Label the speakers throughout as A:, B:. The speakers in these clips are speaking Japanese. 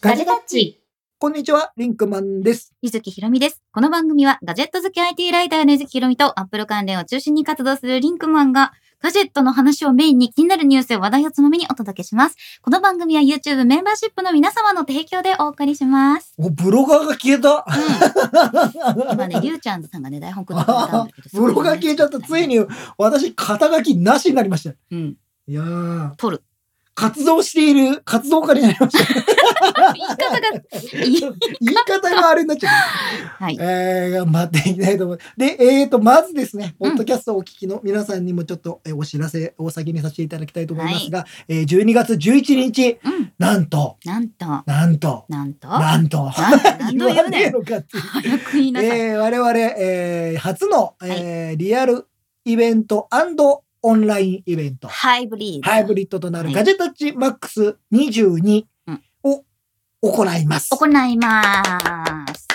A: ガジェタッチ。
B: こんにちは、リンクマンです。
C: ゆずきひろみです。この番組はガジェット好き IT ライターのゆずきひろみとアップル関連を中心に活動するリンクマンがガジェットの話をメインに気になるニュースや話題をつまみにお届けします。この番組は YouTube メンバーシップの皆様の提供でお送りします。
B: お、ブロガーが消えた。
C: 今ね、りゅうちゃんさんがね、台本くれたんだけど。
B: ブロガー消えちゃった。つい。に私、肩書きなしになりました。
C: うん。
B: いやー、
C: 取る。
B: 活動している活動家になりました。
C: 言い方 が、いい。
B: 言い方があれになっちゃう。
C: はい。
B: えー、頑張っていきたいと思います。で、えーと、まずですね、ポ
C: うん
B: ッドキャストをお聞きの皆さんにもちょっとえーお知らせを先にさせていただきたいと思いますが、えー12月11日、
C: うん。
B: なんと、
C: なんと、
B: なんと、
C: なんと、な
B: なんと、
C: んと、なんと
B: 言
C: 言
B: わ
C: う
B: ねえ
C: ねん。
B: のかっていう。
C: 早く言いなさい。
B: えー我々、えー初の、えーリアルイベントオンラインイベント、
C: ハイブリード。
B: ハイブリッドとなる
C: はい
B: ガジェタッチマックス22
C: うん
B: を行います。
C: 行います。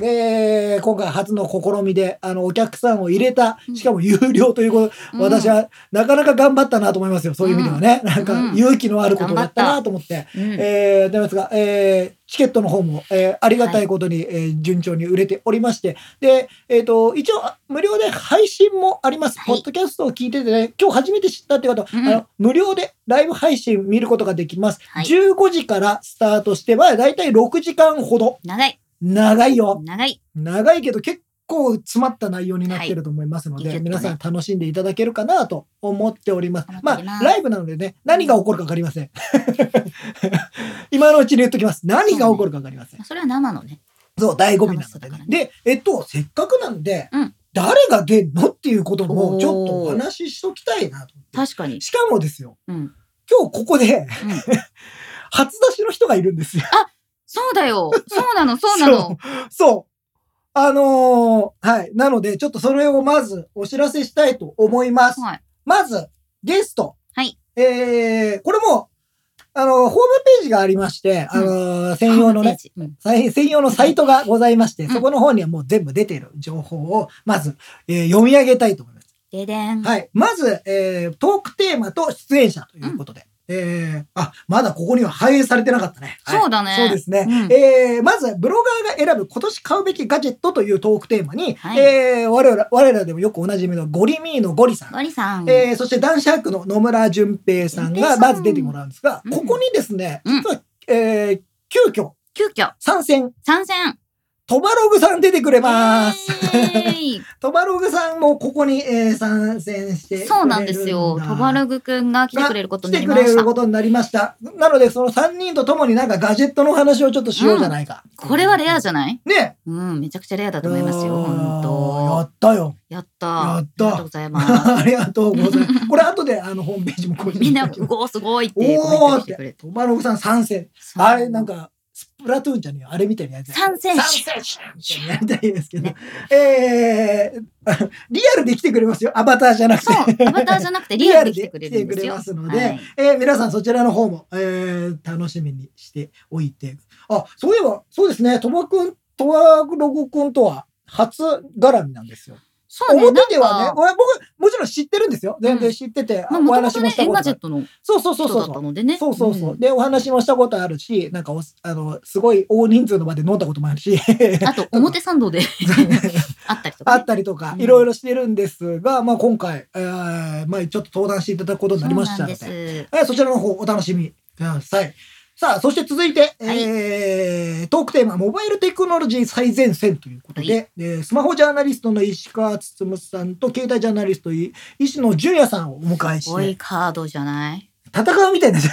B: で、今回初の試みで、あの、お客さんを入れた
C: う、ん
B: しかも有料ということ、
C: うん
B: 私、はなかなか頑張ったなと思いますよ。そういう意味ではね。なんか
C: うん
B: 勇気のあることをやったなと思って。
C: うん
B: えー、でますが、えーチケットの方も、えーありがたいことに、えー順調に売れておりまして、で、えっ、と、一応、無料で配信もあります。
C: はい
B: ポッドキャストを聞いててね、今日初めて知ったって方、
C: うん
B: あの無料でライブ配信見ることができます。
C: はい
B: 15時からスタートして、まあ、だいたい6時間ほど。
C: 長い、
B: 長いよ。
C: 長い。
B: 長いけど結構詰まった内容になってると思いますので、
C: はいギュッとね
B: 皆さん楽しんでいただけるかなと思っております。
C: 思ってお
B: ま
C: ります
B: あ、ライブなのでね、何が起こるか分かりません。 今のうちに言っときます。何が起こるか分かりません。
C: それは生のね。
B: そう、醍醐味なので、
C: 楽しそうだから
B: ね
C: ね。
B: で、えっと、せっかくなんで、
C: うん
B: 誰が出んのっていうこともちょっとお
C: おー
B: 話ししときたいなと思っ
C: 確かに
B: て。。しかもですよ、
C: うん。
B: 今日ここで 初出しの人がいるんですよ。
C: そうだよ。そうなの、そうなの。
B: そう。あのーはい。なので、ちょっとそれをまずお知らせしたいと思います。
C: はい。
B: まず、ゲスト。
C: はい。
B: えー、これも、あの、ホームページがありまして、あのー専用の
C: ホーム
B: ね
C: ペー、ジ。うん
B: さい専用のサイトがございまして、
C: うん
B: そこの方にはもう全部出ている情報を、まず、えー読み上げたいと思います。
C: ででん。
B: はい。まず、えー、トークテーマと出演者ということで。えー、あ、まだここには反映されてなかったね。はい
C: そうだね
B: そうですね。
C: うん
B: えー、まず、ブロガーが選ぶ今年買うべきガジェットというトークテーマに、
C: はい
B: えー我々、我々でもよくおなじみのゴリミーのゴリさん。
C: ゴリさん。
B: えー、そして男子博の野村淳平さん
C: 淳平
B: が
C: さん
B: まず出てもらうんですが、
C: うん
B: ここにですね、
C: うん
B: 実は、えー、急遽
C: 急遽、
B: 参戦、
C: 参戦。
B: トバログさん出てくれます。
C: イエーイ
B: トバログさんもここに、えー参戦してくれるだ
C: そうなんですよ。トバルグくんが来てくれることになりま
B: 来てく
C: し
B: れ
C: た
B: る。ことになりました。なので、その3人と共になんかガジェットの話をちょっとしようじゃないか。
C: これはレアじ
B: ゃ
C: ゃない
B: ん。ね
C: うん、めちゃくちゃレアだと思いますよ。
B: あー
C: 本
B: や
C: 当。
B: ったよ。
C: やった。
B: や
C: あ
B: っ
C: り
B: た
C: がとうござい ます。
B: ありがとうございます。これ後であのホームページも更新
C: みんな、
B: ト
C: うおーすごいってコメントが来てくれて。
B: バログさん参戦。あれなんか、スプラトゥーンじゃねえよあれみたいなやつ。
C: 参戦
B: 参戦やりたいですけど。えー、リアルで来てくれますよ。アバターじゃなくて
C: そ。う、アバターじゃなくてリアルで来てくれるんですよ。
B: リアルで来てくれますので
C: はい
B: えー皆さんそちらの方も、えー楽しみにしておいて。あ、そういえば、そうですね、ともくん、とわロゴくんとは初絡みなんですよ。
C: そうね、
B: 表ではね
C: なん、か
B: 俺僕、もちろん知ってるんですよ。全然知ってて、
C: まあ、
B: お
C: もとも
B: 話
C: と
B: も
C: ね
B: し、た
C: エン
B: こ
C: ガ
B: と
C: ジ
B: あ
C: ェッ
B: る。
C: トの
B: そうそうそう
C: 人
B: そう
C: だっ
B: そ
C: た
B: う。
C: のでね。
B: そうそうそう。
C: ん
B: で、お話もしたことあるし、なんかお、あの、すごい大人数の場で飲んだこともある し、
C: あと、表参道で あったりとか
B: あ
C: ね、
B: ったりとか、
C: うん
B: いろいろしてるんですが、まあ今回、えーまあちょっと登壇していただくことになりましたので、
C: そうなんです。
B: えーそちらの方お楽しみください。さあ、そして続いて、
C: はい
B: えートークテーマ、モバイルテクノロジー最前線ということで、
C: は
B: えースマホジャーナリストの石川つつむさんと、携帯ジャーナリスト、い石野純也さんをお迎えし
C: すごい
B: て、
C: カードじゃない
B: 戦うみたいな、
C: す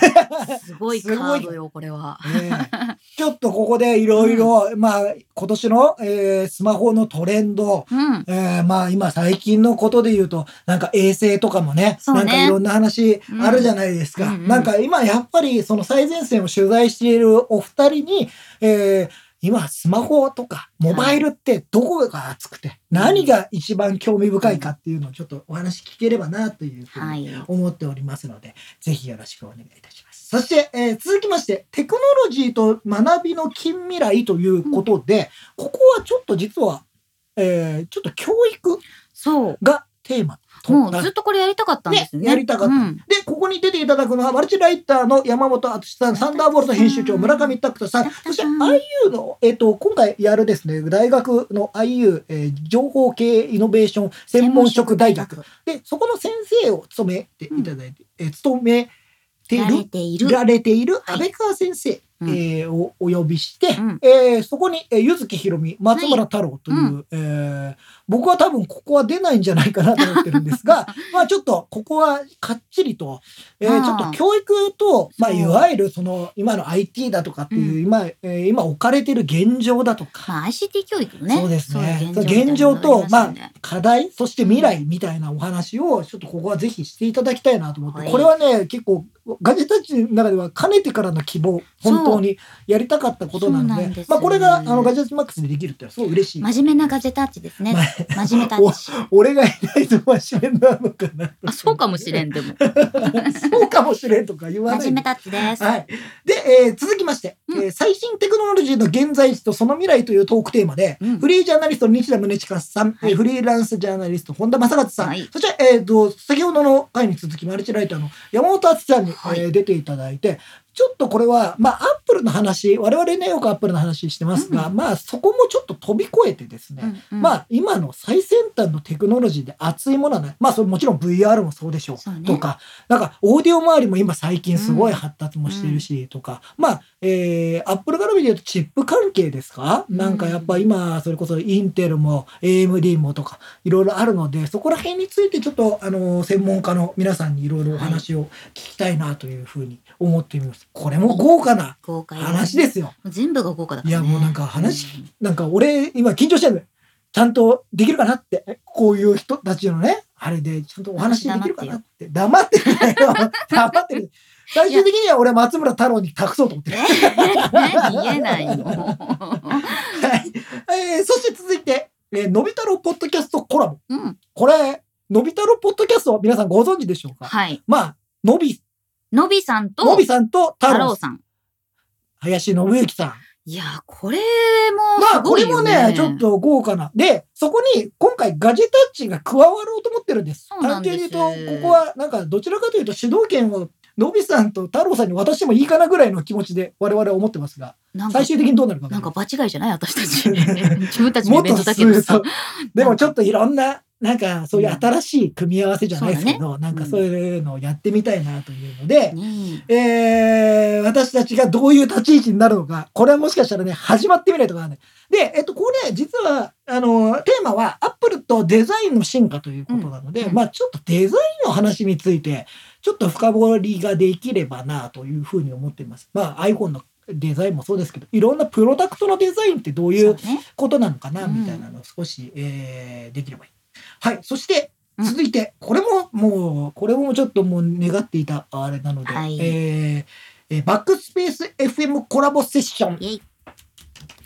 C: ごいカードよ、これは。
B: ねえちょっとここでいろいろ、まあ、今年の、えースマホのトレンド、
C: うん。
B: えーまあ今最近のことで言うとなんか衛星とかもね
C: そう
B: な
C: ね
B: んかいろんな話あるじゃないですか、
C: うんうんうん
B: なんか今やっぱりその最前線を取材しているお二人に、えー今スマホとかモバイルってどこが熱くて何が一番興味深いかっていうのをちょっとお話聞ければなというふう
C: は
B: に
C: い。
B: 思っておりますので、ぜひよろしくお願いいたします。そして、えー続きまして、テクノロジーと学びの近未来ということで、ここはちょっと実は、えーちょっと教育
C: そう。
B: がテーマ
C: も
B: と
C: うずっとこれやりたかったんですよね。
B: ねやりたかった
C: うん
B: で、ここに出ていただくのは、マルチライターの山本淳さん、サンダーボルト編集長、村上拓人さん、そして IU の、えっ、と、今回やるですね、大学の IU、えー情報系イノベーション専門職大学。で、そこの先生を務めていただいて、えー務めてい
C: やれ
B: る、
C: ている。
B: られている
C: はい
B: 安倍川先生、
C: うん
B: えーをお呼びして、
C: うん
B: えーそこに、えー、柚木ひろみ、松村太郎という、
C: はいう
B: えー僕は多分ここは出ないんじゃないかなと思ってるんです が、まあちょっとここはかっちりと、えー
C: あー
B: ちょっと教育と、まあ
C: そう
B: いわゆるその今の IT だとかっていう、
C: う
B: 今、えー今置かれてる現状だとか、
C: まあ ICT 教育のね。
B: そうですね
C: そういうみたいなのがりすよね
B: 課題、そして未来みたいなお話をちょっとここはぜひしていただきたいなと思って、
C: はい
B: これはね、結構ガジェタッチの中ではかねてからの希望、本当にやりたかったことなの
C: そう
B: で、
C: なんです
B: まあこれがあのガジェタッチマックスでできるってのはすごい嬉しい。
C: 真面目なガジェタッチですね。真面目タッチ。
B: 俺がいないと真面目なのかなと。
C: あそうかもしれんでも。
B: そうかもしれんとか言わないで。
C: 真面目タッチです。
B: はい。で、えー続きまして、
C: うん
B: えー最新テクノロジーの現在地とその未来というトークテーマで、
C: うん
B: フリージャーナリストの西田宗近さん、
C: はい
B: えーフリーランスジャーナリスト本田正勝さん、
C: はい
B: そして、えーと、先ほどの回に続きマルチライターの山本敦さんに、
C: はい
B: えー出ていただいて、ちょっとこれは、まあ、アップルの話、我々ね、よくアップルの話してますが、まあ、そこもちょっと飛び越えてですね、
C: うんうん
B: まあ、今の最先端のテクノロジーで熱いものはない。まあ、それもちろん VR もそうでしょ
C: そう
B: う。
C: ね
B: とか、なんか、オーディオ周りも今最近すごい発達もしてるし、とか、まあ、えー、アップル絡みで言うとチップ関係ですか、
C: うん
B: なんかやっぱ今、それこそインテルも AMD もとか、いろいろあるので、そこら辺についてちょっと、あの、専門家の皆さんにいろいろお話を聞きたいなというふうに思っています。これも豪華な
C: 豪華。
B: 話ですすよ。
C: もう全部が豪華だから
B: いや
C: ね
B: もうなんか話
C: うん
B: なんか俺今緊張してるちゃんとできるかなってこういう人たちのねあれでちゃんとお話できるかなって黙ってるんだよ 黙ってる最終的には俺は松村太郎に託そうと思 ってる。
C: 何言えないの。
B: はいえーそして続いて、えーのび太郎ポッドキャストコラボ。
C: うん、
B: これ、のび太郎ポッドキャストは皆さんご存知でしょうか、
C: はい。
B: まあ、のび、
C: のびさんと
B: のびさんと太
C: 太
B: 郎
C: 郎
B: さん、
C: さん。
B: 林信之さん。
C: いやー、これも
B: ますあ、こ
C: ごい
B: れ
C: よ
B: も
C: ね。
B: ね、ちょっと豪華な。で、そこに今回ガジェタッチが加わろうと思ってるんです。
C: そうな
B: 単
C: んで
B: 純に
C: す
B: 言うと、ここはなんかどちらかというと主導権をのびさんと太郎さんに渡してもいいかなぐらいの気持ちで我々は思ってますが、
C: なんか
B: 最終的にどうなるかわか
C: なん
B: んな
C: か
B: い
C: 場違いじゃない私 たち。自分たちのイベントだけ
B: も
C: ど
B: っとそ
C: さ
B: う。でもちょっといろんな、なんかそういう新しい組み合わせじゃないですけど、なんかそういうのをやってみたいなというので、
C: ね
B: えー私たちがどういう立ち位置になるのか、これはもしかしたらね、始まってみないとかね。で、えっと、これ、実は、あの、テーマは、アップルとデザインの進化ということなので、
C: うん
B: まあ、ちょっとデザインの話について、ちょっと深掘りができればな、というふうに思っています。まあ、iPhone のデザインもそうですけど、いろんなプロダクトのデザインってどう
C: え
B: い
C: そううね。
B: ことなのかな、
C: うん
B: みたいなのを少し、えーできればいい。はい。そして、
C: うん
B: 続いて、これも、もう、これもちょっともう願っていたあれなので、
C: はい
B: えーえーバックスペース FM コラボセッション
C: イエイ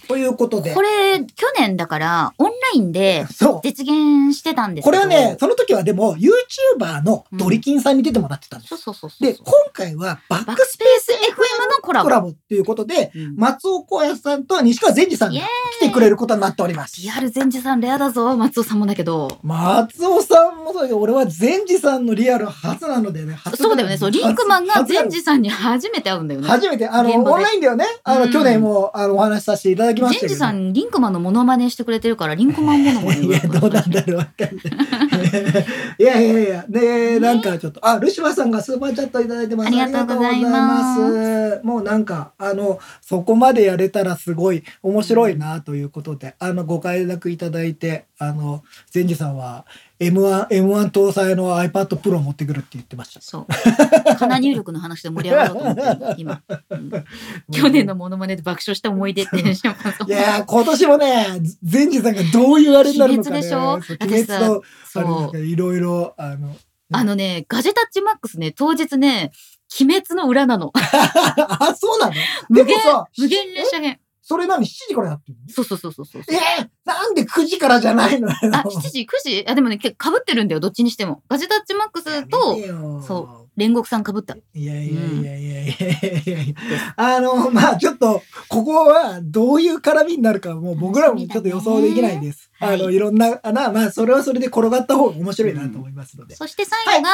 B: ということで
C: こ、れ、去年だから、オンラインで
B: そう。
C: 実現してたんですけ
B: これ
C: ど
B: はね、、その時はでも、YouTuber のドリキンさんに出てもらってたんです
C: そう
B: よ。
C: そうそうそう。
B: で、今回はバ
C: バ
B: ッ
C: ック
B: ク
C: ス
B: ス
C: ペ
B: ペ
C: ー
B: ー
C: ス
B: ス
C: FM のコラ
B: コ
C: ボ。
B: ラボっていうことで、
C: うん
B: 松尾光也さんと西川善治さん
C: イエー
B: が
C: イ
B: 来てくれることになっております。
C: リアル前治さんレアだぞ、松尾さんもだけど。
B: 松尾さんもそうだけど、俺は善治さんのリアル初なのでね。初
C: そうだよね、そう、リンクマンが
B: 初な
C: 前
B: の
C: 治さんに初めて会うんだよね。
B: 初めて、あの、
C: 現場で
B: オンラインではね、あの、
C: うん
B: 去年も、あの、お話しさせていただきま
C: ジ
B: したけ
C: ェン
B: ど。
C: ジさん、リンクマンのモノマネしてくれてるから、リンクマンモノマネ。
B: いや、 どうなんだろう、わかんない。いやいやいや、で、なんかちょっと、あ、ルシファーさんがスーパーチャットいただいてます。
C: ありがとうございます
B: ありがとうございますもうなんか、あの、そこまでやれたらすごい面白いなということで、あの、ご快諾いただいて、あの、善治さんは、M1、M1 搭載の iPad Pro を持ってくるって言ってました。
C: そう。かな入力の話で盛り上がろうと思って、今。うん去年のモノマネで爆笑した思い出って、シャンパンさん
B: いやー、今年もね、前治さんがどういうあれになるのかね。
C: 鬼滅でしょ
B: そう鬼
C: 私さ
B: 滅と、あれなん
C: そ
B: か
C: う。
B: いろいろ、あの、
C: あのね、ガジェタッチマックスね、当日ね、鬼滅の裏なの。
B: あ、そうなの
C: 無
B: でも
C: 限
B: さ、
C: 無限列
B: え
C: 車編。
B: それ何 ?7 時からやってるの
C: そうそうそうそうそう。
B: えー、なんで9時からじゃないのよ。
C: あ、7時、9時あ、でもね、かぶってるんだよ、どっちにしても。ガジェタッチマックスと、
B: やめてよ
C: そ煉獄さんかぶった。
B: いやいやいやいやいやいやいや、あの、まあちょっと、ここはどういう絡みになるか、もう僕らもちょっと予想できないです。
C: そうだ
B: あ
C: ね
B: の、いろんな、あな、まあそれはそれで転がった方が面白いなと思いますので。
C: そして最後が、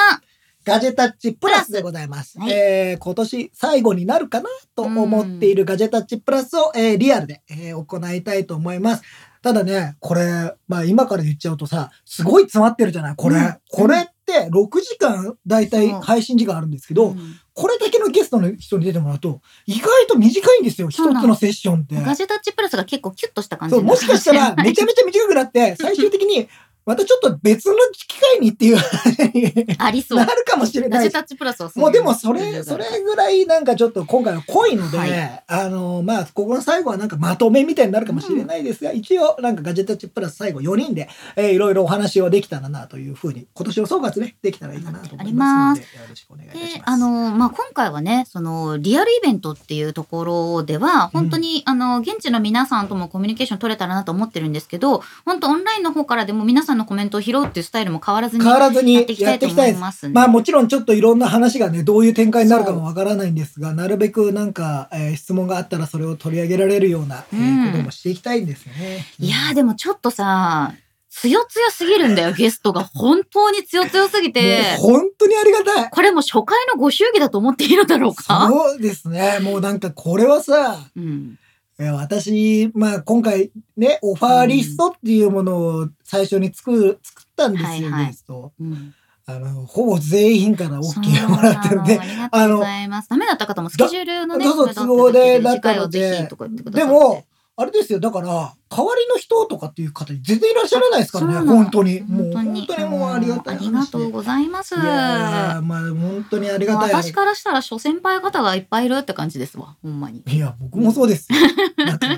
B: ガジェタッチプラスでございます。
C: はい
B: えー今年最後になるかなと思っているガジェタッチプラスを、えーリアルで、えー行いたいと思います。ただね、これ、まあ今から言っちゃうとさ、すごい詰まってるじゃないこれ、
C: うん
B: これって6時間だいたい
C: そう
B: 配信時間あるんですけど、
C: うん
B: これだけのゲストの人に出てもらうと、意外と短いんですよ、一
C: そうなの
B: つのセッションって。
C: ガジェタッチプラスが結構キュッとした感じ
B: そう、もしかした ら
C: ね
B: めちゃめちゃ短くなって、最終的に、またちょっと別の機会にっていう話に
C: ありそう
B: な。るかもしれ
C: ガ
B: な
C: ジ
B: い
C: ェタッチプラスは
B: もうでもそれ、それぐらいなんかちょっと今回は濃いので、
C: はい
B: あの、まあ、ここの最後はなんかまとめみたいになるかもしれないですが、一応なんかガジェタッチプラス最後4人で、えーいろいろお話をできたらなというふうに、今年の総括ね、できたらいいかなと思いますので、よろしくお願いいた
C: で
B: します。
C: あのまあ、今回はねそのリアルイベントっていうところでは本当に、あの現地の皆さんともコミュニケーション取れたらなと思ってるんですけど本当オンラインの方からでも皆さんのコメントを拾うっていうスタイルも変わらずに
B: 変わらずに
C: や
B: やっ
C: っ
B: て
C: てい
B: い
C: き
B: き
C: た
B: た
C: い
B: いと思
C: と思い
B: い
C: ますんで
B: まあもちろんちょっといろんな話がねどういう展開になるかもわからないんですがなるべくなんか、えー質問があったらそれを取り上げられるような、えー
C: うん
B: こともしていきたいんですね。
C: いやーでもちょっとさ強強すぎるんだよゲストが本当に強強すぎて
B: もう本当にありがたい
C: これもう初回のご祝儀だと思っているだろうか。
B: そうですねもうなんかこれはさ
C: うん、
B: えー私、まあ、今回ねオファーリストっていうものを最初に作る作ったんですよ、
C: はいはい
B: ゲスト
C: うん
B: あのほぼ全員から OK をもらってるんで
C: そうなのありがとうございます。ダメだった方もスケジュールのね、
B: だそう
C: それだ
B: 都合でだ
C: っ
B: ったた
C: の
B: の
C: で
B: で
C: 次回をぜひとか言ってくださ
B: で
C: って
B: も、あれですよ、だから、代わりの人とかっていう方、全然いらっしゃらないですから
C: そ
B: ね、
C: うなの
B: 本当に。もう、
C: 本
B: 本
C: 当
B: 当
C: に
B: にもうありがたい話
C: あ
B: で。
C: りがとうございます。
B: いやいやまあ、本当にありがたい話
C: 私。からしたら、諸先輩方がいっぱいいるって感じですわ、ほんまに。
B: いや、僕もそう ですよ。だから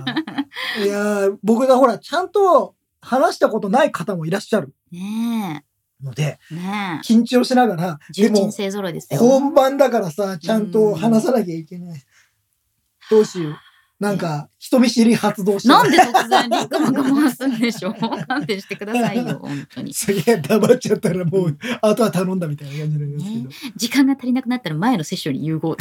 B: いや、僕がほら、ちゃんと話したことない方もいらっしゃる
C: ね
B: ので、
C: え、ね
B: 緊張しながら、
C: え、
B: で
C: 重鎮
B: も、
C: 勢揃いですよ。
B: 本番だからさ、ちゃんと話さなきゃいけない。どうしよう。なんか、人見知り発動してる
C: なんで突然リンクマンが回すんでしょう勘弁してください よ、本当に。
B: すげえ黙っちゃったらもう、あとは頼んだみたいな感じになりますけど。
C: 時間が足りなくなったら前のセッションに融合。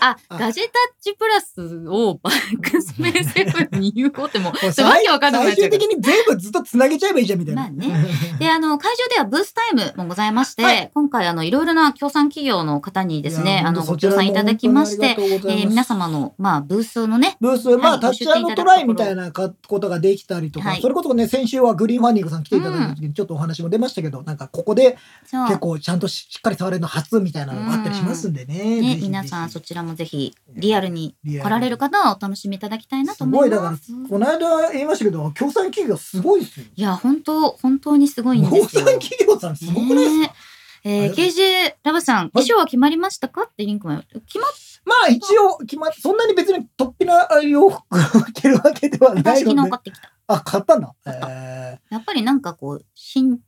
C: あ、
B: あ
C: ガジェタッチプラスをバックスペースセブンに融合ってもう、
B: もう
C: それわけわかんなくなっ
B: 最
C: ち
B: 終
C: ゃうから
B: 的に全部ずっとつなげちゃえばいいじゃんみたいな。
C: まあね で、あの、会場ではブースタイムもございまして、
B: はい
C: 今回、あの、いろいろな協賛企業の方にですね、あの、ご協賛いただきまして、
B: え
C: えー皆様の、まあ、ブースのね、
B: ブース、ま
C: は
B: あ、
C: い
B: タッチトライみたいなかことができたりとか、
C: はい
B: それこそね、先週はグリーンファンディングさん来ていただいた時にちょっとお話も出ましたけど、なんかここで
C: そう
B: 結構ちゃんとししっかり触れるの初みたいなのがあったりしますんでね。ぜひ
C: ね、
B: ぜひ
C: 皆さんそちらもぜひ、リアルに
B: リアル
C: 来られる方はお楽しみいただきたいなと思います。
B: この間言いましたけど、協賛企業すごいですよ。
C: いや、本当本当にすごいんで
B: 協
C: すよ
B: 賛。企業さんすごくないですか、
C: ねえー、KJ ラブさん、衣装は決まりましたかってリンクも決まっ
B: まあ一応決まっそんなに別に突飛な洋服を着るわけでは
C: た
B: ない
C: 昨日
B: の
C: 買
B: で。
C: ってきた。
B: あ、買ったんだ。え
C: 買った
B: ー、
C: やっぱりなんかこう、新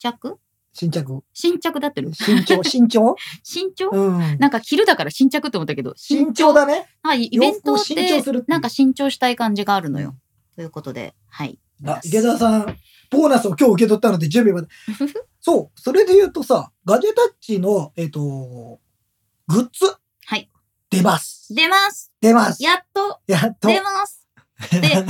C: 着
B: 新着。
C: 新着だってる。
B: 新調、新 調
C: 新調
B: うん。
C: なんか着るだから新着って思ったけど、
B: 新調だね。
C: なんかイベン
B: 洋服
C: トっ
B: を新調
C: て
B: するっていう
C: なんか新調したい感じがあるのよ。ということで、はい。
B: あ、
C: 皆
B: 池
C: さん
B: 田さん、ボーナスを今日受け取ったので準備まで。 そう、それで言うとさ、ガジェタッチの、えっ、と、グッズ。
C: はい。
B: 出ます。
C: 出ます
B: 出ます。
C: やっと
B: やっと。
C: 出ます で会場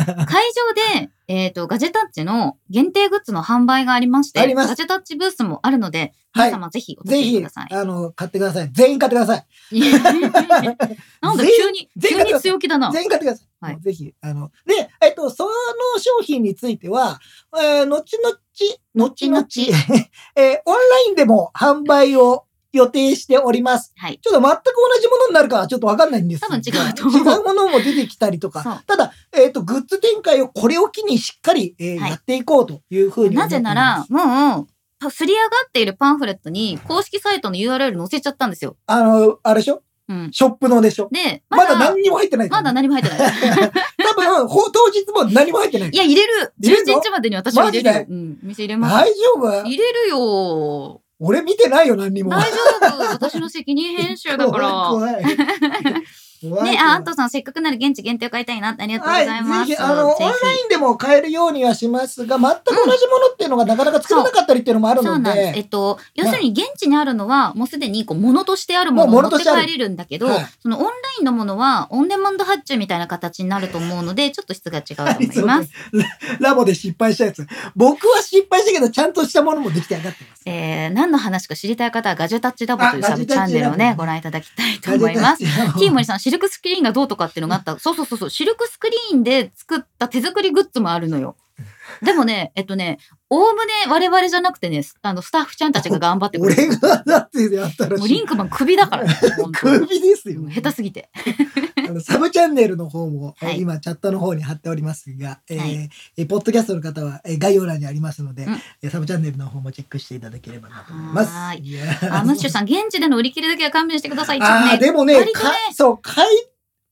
C: で、えっ、と、ガジェタッチの限定グッズの販売がありまして、
B: あります
C: ガジェタッチブースもあるので、
B: は
C: 皆
B: い
C: 様ぜひお立
B: ぜ
C: ち寄り
B: ひ
C: くださ、い。
B: あの、買ってください。全員買ってください。
C: いやなんか急に、
B: 全員
C: 急に強気だな。
B: 全員買ってください。
C: はい
B: もうぜひ、あの、で、えっと、その商品については、えー、後々、後々、
C: 後
B: えーオンラインでも販売を予定しております。
C: はい。
B: ちょっと全く同じものになるかはちょっとわかんないんです
C: 多
B: が。
C: 分違うと思う
B: 違うものも出てきたりと
C: そう
B: か。ただ、えっと、グッズ展開をこれを機にしっかり、えー
C: はい
B: やっていこうというふうに思
C: な
B: ってお
C: ぜ
B: り
C: な
B: ま
C: ら
B: す、
C: もう、パすり上がっているパンフレットに公式サイトの URL 載せちゃったんですよ。
B: あの、あれでしょ
C: うん。
B: ショップのでしょ
C: で、
B: まだ何にも入ってないか
C: ま
B: ら
C: だ何も入ってない。
B: 多分、ほ当日も何も入ってない
C: い。や、入れる
B: 入れんの
C: !11 日までに私は入れるよ
B: マ。ジ
C: うん、店入れます。
B: 大丈夫
C: 入れるよ
B: 俺見てないよ、何にも。
C: 大丈夫私の責任編集だから。
B: 怖い怖い
C: ね、あ、アントさん、せっかくなら現地限定を買いたいな。ありがとうございます。
B: はい、ぜひ、あの、オン
C: ぜ
B: ラインでも買えるようにはしますが、全く同じものっていうのがなかなか作れなかったりっていうのもある
C: そう
B: の
C: なんです。え
B: で、
C: っと、要するに現地にあるのは、もうすでにこう物としてあるもの
B: も
C: を
B: う物
C: 持っ
B: と
C: て
B: してある
C: 帰れるんだけど、
B: はい
C: そのオンラインのものは、オンデマンド発注みたいな形になると思うので、ちょっと質が違うと思います。
B: はいラボで失敗したやつ。僕は失敗したけど、ちゃんとしたものもできて上がってます。
C: えー、何の話か知りたい方はガジュタッチラボというサブチャンネルを
B: あガジュタッチラ
C: ね、
B: ボ
C: ご覧いただきたいと思います。 ティーモリさん、シルクスクリーンがどうとかっていうのがあ った。そうそうそうそう、シルクスクリーンで作った手作りグッズもあるのよ。でもね、えっとね、おおむね我々じゃなくてね、スあのスタッフちゃんたちが頑張ってくれ
B: 俺
C: る。
B: がだってやったら
C: もうリンクマン首だから、ね、本当
B: クビ
C: に
B: ですよ。
C: 下手すぎて。
B: あのサブチャンネルの方も、えー
C: はい
B: 今チャットの方に貼っておりますが、えー
C: はい
B: えーポッドキャストの方は、えー概要欄にありますので、
C: うん
B: えーサブチャンネルの方もチェックしていただければなと思います。
C: はーい
B: いやー
C: あ、ムッシュさん、現地での売り切れだけは勘弁してください。一
B: あ
C: 応
B: ー
C: ね、
B: でもね
C: 割とね
B: かそう買い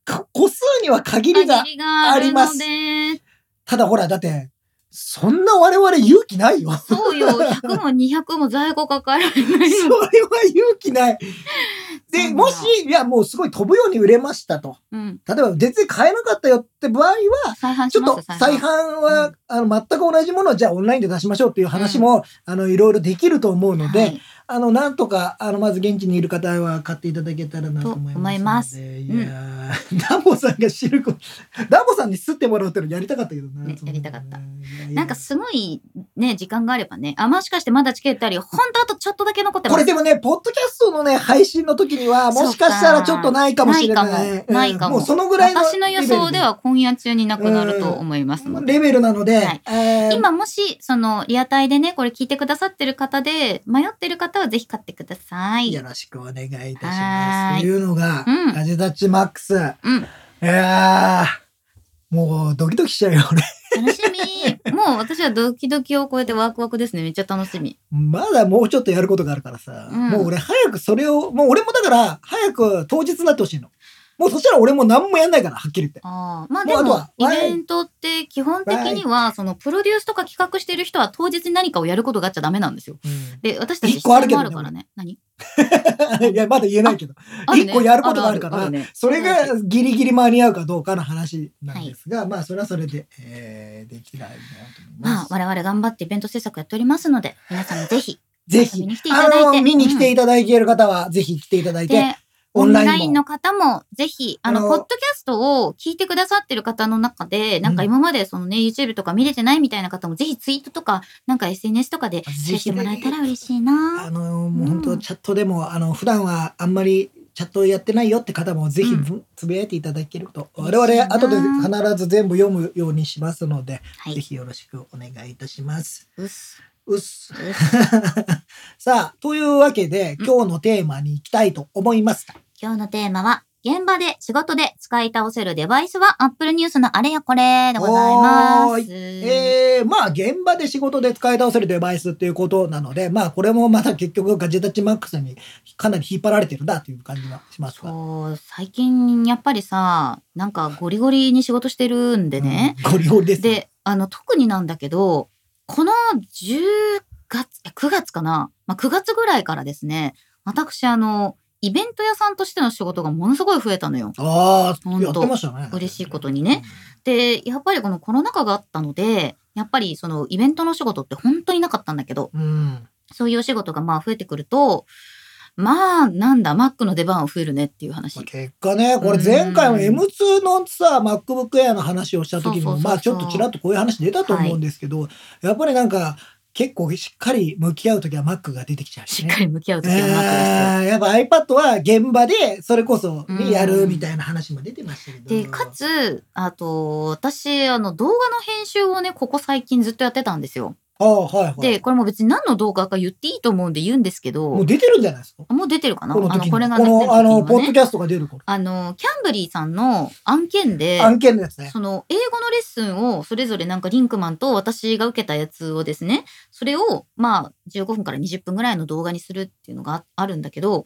B: か個数には限りが
C: 限りがあるので、
B: ただほらだってそんな我々勇気ないよ。
C: そうよ、100も200も在庫抱えられな
B: そ
C: い
B: れ
C: の。
B: は勇気ない。
C: そう
B: で、
C: な
B: もし、いや、もうすごい飛ぶように売れましたと。
C: うん、
B: 例えば、全然買えなかったよって場合は、
C: 再販
B: ち
C: し
B: ょっ
C: ます
B: と再販は、
C: う
B: あの全く同じものをじゃあオンラインで出しましょうっていう話も、あのいろいろできると思うので、
C: はい
B: あのなんとかあのまず現地にいる方は買っていただけたらなと思いますので。
C: と思います
B: いやー、ダボさんがシルクダボさんに吸ってもらうっていうのやりたかったけどな。
C: ねやりたかった
B: いやいや
C: なんかすごいね、時間があればね、あ、もしかしてまだチケットあるよ。ほんとあとちょっとだけ残ってま
B: こ
C: す。
B: れでもね、ポッドキャストのね、配信の時には、もしかしたらちょっとないかもしれない。
C: ないかもないかも
B: うそのぐらいの
C: 私の予想では今夜中になくなると
B: うん
C: 思いますので。
B: レベルなので、
C: はい
B: えー
C: 今もし、その、リアタイでね、これ聞いてくださってる方で、迷ってる方はぜひ買ってください。
B: よろしくお願いいたし
C: は
B: ま
C: ー
B: す。
C: い
B: というのが、
C: うん
B: ガジェタッチマックス。
C: うん。
B: いやーもうドキドキしちゃうよ、俺。
C: 楽しみ。 もう私はドキドキを超えてワクワクですね。めっちゃ楽しみ。
B: まだもうちょっとやることがあるからさ、
C: うん
B: もう俺早くそれを、もう俺もだから、早く当日になってほしいの。もうそしたら俺も何もやんないから、はっきり言って。
C: ああ。まあで
B: もう
C: も
B: あ、と
C: イ
B: は
C: ベントって基本的には、その、プロデュースとか企画してる人は当日に何かをやることがあっちゃダメなんですよ。で、私たち
B: 一個あるけ
C: 質
B: ど
C: 問
B: ね
C: あるからね。何
B: いや、まだ言えないけど。
C: あね
B: 一個やることがあるから
C: ね
B: それ
C: はい
B: がギリギリ間に合うかどうかの話なんですが、まあそれはそれで、えーできないなと思い
C: ま
B: ま
C: あ
B: す。
C: 我々頑張ってイベント制作やっておりますので皆さんもぜひ
B: ぜ
C: 遊び
B: ひ
C: に来ていた
B: あ
C: だいて
B: の、見に来て
C: い
B: いただいている方は、ぜひ来ていただいて、
C: で
B: オ
C: オ
B: ン
C: ン
B: ラインも
C: ラインの方もぜひあの
B: あの
C: ポッドキャストを聞いてくださってる方の中でなんか今までそのね YouTube とか見れてないみたいな方もぜひツイートとかなんか SNS とかでシェアしてもらえたら嬉しいな
B: あの、もう本
C: う
B: 当
C: ん
B: チャットでも、あの、普段はあんまりチャットやってないよって方も、ぜひ
C: うん
B: ぶつぶやいていただけると、
C: 嬉しい
B: 我
C: な
B: 々後で必ず全部読むようにしますので、
C: は
B: ぜ
C: い
B: ひよろしくお願いいたします。
C: うっす
B: うっす。
C: うっ
B: さあ、というわけで、
C: うん
B: 今日のテーマに行きたいと思います。
C: 今日のテーマは現場で仕事で使い倒せるデバイスは Apple ニュースのあれやこれでございま
B: お
C: す
B: ーいえー、まあ現場で仕事で使い倒せるデバイスっていうことなのでまあこれもまた結局ガジェタッチマックスにかなり引っ張られてるなという感じがしますが。
C: そう最近やっぱりさなんかゴリゴリに仕事してるんでね、
B: うん、ゴリゴリですね。
C: であの特になんだけどこの10月え9月かな、まあ、9月ぐらいからですね私あのイベント屋さんとしての仕事がものすごい増えたのよ。
B: ああ
C: ほんと
B: やってましたね。
C: 嬉しいことにね。でやっぱりこのコロナ禍があったのでやっぱりそのイベントの仕事って本当になかったんだけど
B: うん。
C: そういうお仕事がまあ増えてくるとまあなんだ Mac の出番は増えるねっていう話
B: まあ、。結果ねこれ前回も
C: うん
B: M2 のさ MacBook Air の話をした時に
C: そうそうそう
B: も
C: そ
B: ま
C: う
B: あちょっとちらっとこういう話出たと思うんですけど、やっぱりなんか結構しっかり向き合う時は Mac が出てきちゃう
C: し
B: し
C: っ
B: ね。
C: かり向き合う時は Mac ですよ。
B: えーやっぱ iPad は現場でそれこそね
C: うん
B: やるみたいな話も出てましたけど。
C: でかつあと私あの動画の編集をねここ最近ずっとやってたんですよ。
B: ああはいはい。
C: でこれも別に何の動画か言っていいと思うんで言うんですけど
B: もう
C: も
B: 出てるんじゃないですか。
C: う出てるかな
B: この
C: あの
B: 時に
C: これが
B: こ
C: ね
B: のあのポッド
C: ね
B: キャストが出る頃。
C: あのキャンブリーさんの案件で
B: 案件のやつね。
C: その英語のレッスンをそれぞれなんかリンクマンと私が受けたやつをですねそれをまあ15分から20分ぐらいの動画にするっていうのがああるんだけど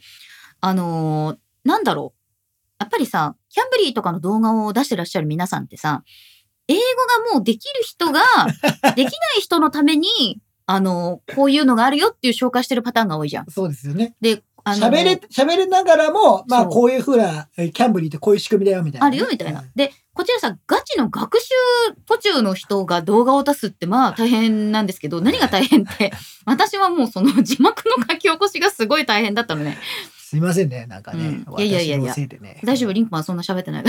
C: あのーなんだろうやっぱりさキャンブリーとかの動画を出してらっしゃる皆さんってさ英語がもうできる人が できない人のためにあのーこういうのがあるよっていう紹介してるパターンが多いじゃん。
B: そうですよね。
C: であの
B: 喋れ、喋れながらも、まあ
C: そう
B: こういうふうな、えキャンブリーってこういう仕組みだよみたいな
C: あ
B: ね、
C: るよみたいな
B: うん。
C: で、こちらさ、ガチの学習途中の人が動画を出すってまあ大変なんですけど、何が大 変って、私はもうその字幕の書き起こしがすごい大変だったのね。
B: すいませんね、なんかね。
C: うんいやいやいやいや
B: 私のせでね
C: 大丈夫、リンクマンそんな喋ってない。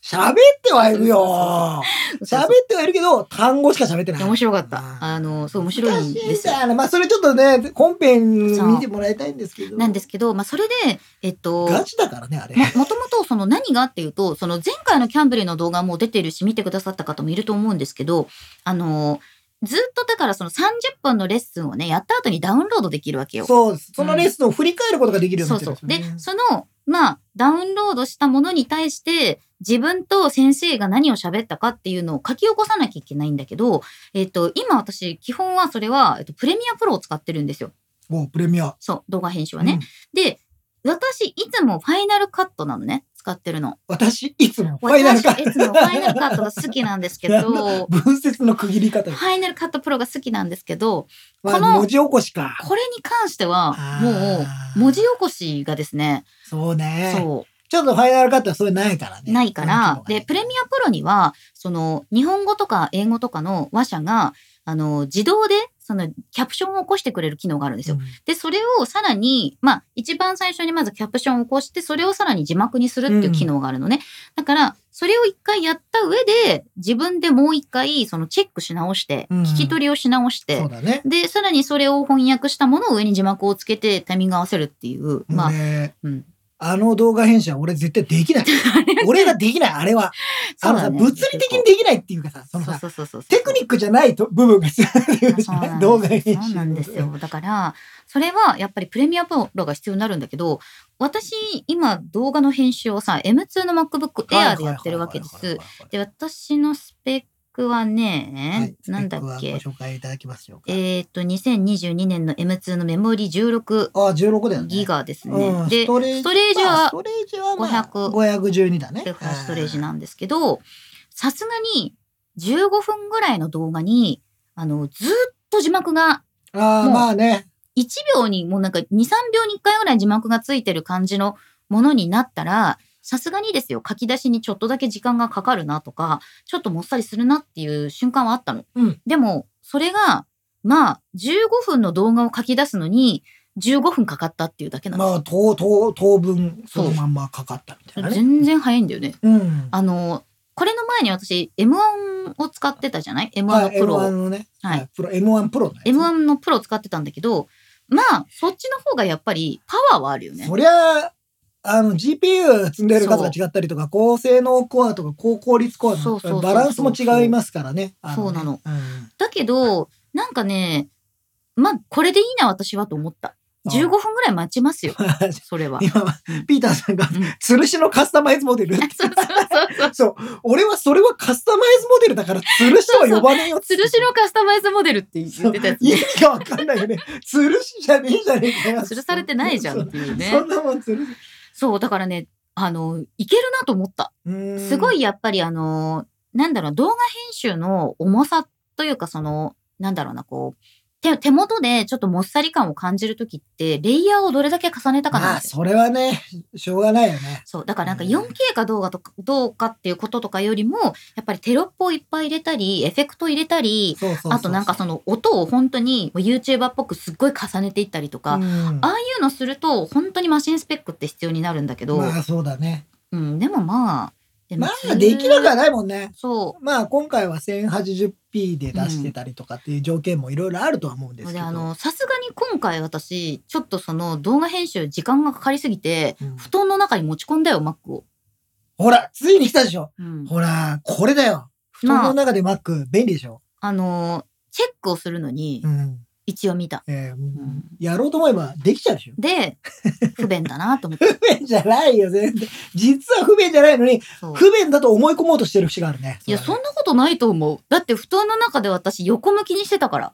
B: 喋ってはいるよ。喋ってはいるけど、単語しか喋ってない。
C: 面白かっ
B: う
C: た
B: ん。
C: あの、そう、面白いんですよ
B: 難し。いんだよねまあそれちょっとね、本編見てもらいたいんですけど。
C: なんですけど、まあ、それで、えっと、
B: ガチだからね、あれ。
C: もともとその何がっていうと、その前回のキャンブリーの動画も出てるし、見てくださった方もいると思うんですけど、あの、ずっとだからその30分のレッスンをね、やった後にダウンロードできるわけよ。
B: そうです。そのレッスンを振り返ることができるように
C: そ
B: な
C: う
B: って
C: そ
B: るん
C: う
B: です。よね
C: で、その、まあ、ダウンロードしたものに対して、自分と先生が何を喋ったかっていうのを書き起こさなきゃいけないんだけど、えっと、今私、基本はそれは、えっと、プレミアプロを使ってるんですよ。
B: もうプレミア。
C: そう、動画編集はね。
B: うん
C: で、私、いつもファイナルカットなのね、使ってるの。
B: 私、いつもファイナル
C: 私
B: カ
C: はい
B: ッ
C: つもファイナルカットが好きなんです け
B: なん
C: ど
B: ト。、分節の区切り方
C: フ
B: よ。
C: ァイナルカットプロが好きなんですけど、
B: まあ
C: この
B: 文字起こしか。
C: これに関しては、も
B: あー
C: う、文字起こしがですね、
B: そうね。
C: そ
B: ちょっとファイナルカットはそれないから
C: う、
B: ね。
C: ないから、
B: うん
C: で、プレミアプロには、その、日本語とか英語とかの話者が、あの、自動で、その、キャプションを起こしてくれる機能があるんですよ。で、それをさらに、まあ、一番最初にまずキャプションを起こして、それをさらに字幕にするっていう機能があるのね。だから、それを一回やった上で、自分でもう一回、そのチェックし直して、
B: うん
C: 聞き取りをし直し
B: うん
C: て
B: そう、だね。
C: で、さらにそれを翻訳したものを上に字幕をつけてタイミング合わせるっていう、
B: もう
C: まあ、
B: ね
C: うん
B: あの動画編集は俺絶対でき ない。俺ができない、あれは。あのさ、物理的にできないっていうかさ、その
C: そう
B: さ、
C: そうそうそう。
B: テクニックじゃないと部分が必要なんだよね
C: そうなんで す
B: 動画編集。
C: そうなんですよ。だから、それはやっぱりプレミアプロが必要になるんだけど、私、今動画の編集をさ、M2
B: はいは
C: の MacBook
B: いはいはいはいはい。
C: Air でやってるわけです。で、私のスペックは
B: はい
C: ね、なんだっ
B: スペッ
C: け
B: ク、はご紹介いただきますよ。
C: えっ、と、2022年の M2 のメモリ16
B: あ、16だよね。
C: ギガですね。
B: うん
C: で、
B: ストレージ
C: ストレージ
B: まあ
C: は
B: ストレージはまあ
C: 500
B: 512だね。
C: フラッシュストレージなんですけど、さすがに15分ぐらいの動画に、あの、ずっと字幕が、
B: うん。ああ、
C: もう
B: まあね。
C: 1秒にもうなんか2、3秒に1回ぐらい字幕がついてる感じのものになったら、さすがにですよ、書き出しにちょっとだけ時間がかかるなとか、ちょっともっさりするなっていう瞬間はあったの。
B: うん
C: でも、それが、まあ、15分の動画を書き出すのに、15分かかったっていうだけなの。
B: まあ、当当当分、そ
C: そう
B: のまんまかかったみたいなね。
C: 全然早いんだよね。
B: うん。
C: あの、これの前に私、M1 を使ってたじゃない ?M1
B: は
C: の
B: い
C: プロを。
B: M1 のね。
C: は
B: はいい。プロ、M1 プロのやつね
C: M1 のプロを使ってたんだけど、まあ、そっちの方がやっぱりパワーはあるよね。
B: そりゃ、あの、GPU 積んでる数が違ったりとか、高性能コアとか高効率コア
C: そうそうそ
B: の
C: うそう
B: バランスも違いますからね。あね
C: そうなの。
B: うん
C: だけど、なんかね、まあ、これでいいな、私はと思った。
B: あ
C: 15分ぐらい待ち ますよ、それは。
B: 今、ピーターさんが
C: うん、
B: 吊るしのカスタマイズモデルって。
C: そうそうそうそう。
B: そう。俺はそれはカスタマイズモデルだから、吊るしとは呼ばねえよっつっ
C: 吊
B: て
C: るしのカスタマイズモデルって言ってたやつ
B: 意
C: ね。
B: 味がわかんないよね。吊るしじゃねえじゃねえかよ。
C: 吊るされてないじゃんっていう
B: そ
C: ね
B: ん。なもん吊るし。
C: そう、だからね、あの、いけるなと思った。すご
B: い。
C: いやっぱりあの、なんだろう、動画編集の重さというかその、なんだろうな、こう、手手元でちょっともっさり感を感じるときって、レイヤーをどれだけ重ねたかなん
B: ま
C: で
B: あ、
C: すよ。
B: それはね、しょうがないよね。
C: そう。だからなんか
B: うん
C: 4K かどうかとか、どうかっていうこととかよりも、やっぱりテロップをいっぱい入れたり、エフェクト入れたり、
B: そうそうそう
C: あとなんかその音を本当に YouTuber っぽくすっごい重ねていったりとか、
B: うん
C: ああいうのすると本当にマシンスペックって必要になるんだけど、
B: まあ、そうだね。
C: うん、でもまあ、でも
B: まあ、できなく
C: た
B: はないもんね。
C: そう。
B: まあ、今回は 1080p で出してたりとかっていう条件もいろいろあるとは思うんですけ
C: で
B: ど。
C: あのさすがに今回私ちょっとその動画編集時間がかかりすぎて
B: うん
C: 布団の中に持ち込んだよ Mac を、
B: ほら、ついに来たでしょ。
C: うん
B: ほら、これだよ。布団の中で Mac 便利でしょ。
C: あのチェックをするのに
B: うん。
C: 一応見た、
B: えー
C: ん
B: やろうと思えばできちゃうでしょ。
C: で不便だなと思って
B: 不便じゃないよ、全然。実は不便じゃないのに、
C: そう
B: 不便だと思い込もうとしてる節があるね。
C: いや
B: そ
C: そ
B: うん
C: なことないと思うだって布団の中 で私横向きにしてたから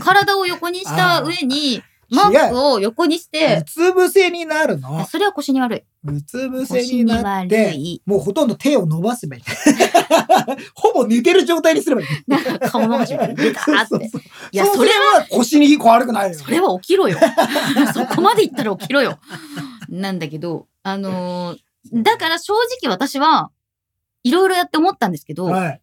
C: 体を横にした上にマークを横にし
B: う
C: て、
B: つ伏せになるの。
C: それは腰に悪い。
B: うつ伏せに
C: 腰に
B: な
C: 悪
B: って、
C: い。
B: もうほとんど手を伸ばせばいい。 ほぼ寝てる状態にすればいい。
C: なんか顔回しがビター
B: そうそ
C: って
B: う。そう
C: いや、
B: そう
C: そ
B: す
C: れ
B: れば腰に悪くないよ。
C: それは起きろよ。 そこまで言ったら起きろよ。なんだけど、あのーだから正直私は、いろいろやって思ったんですけど、や
B: はい。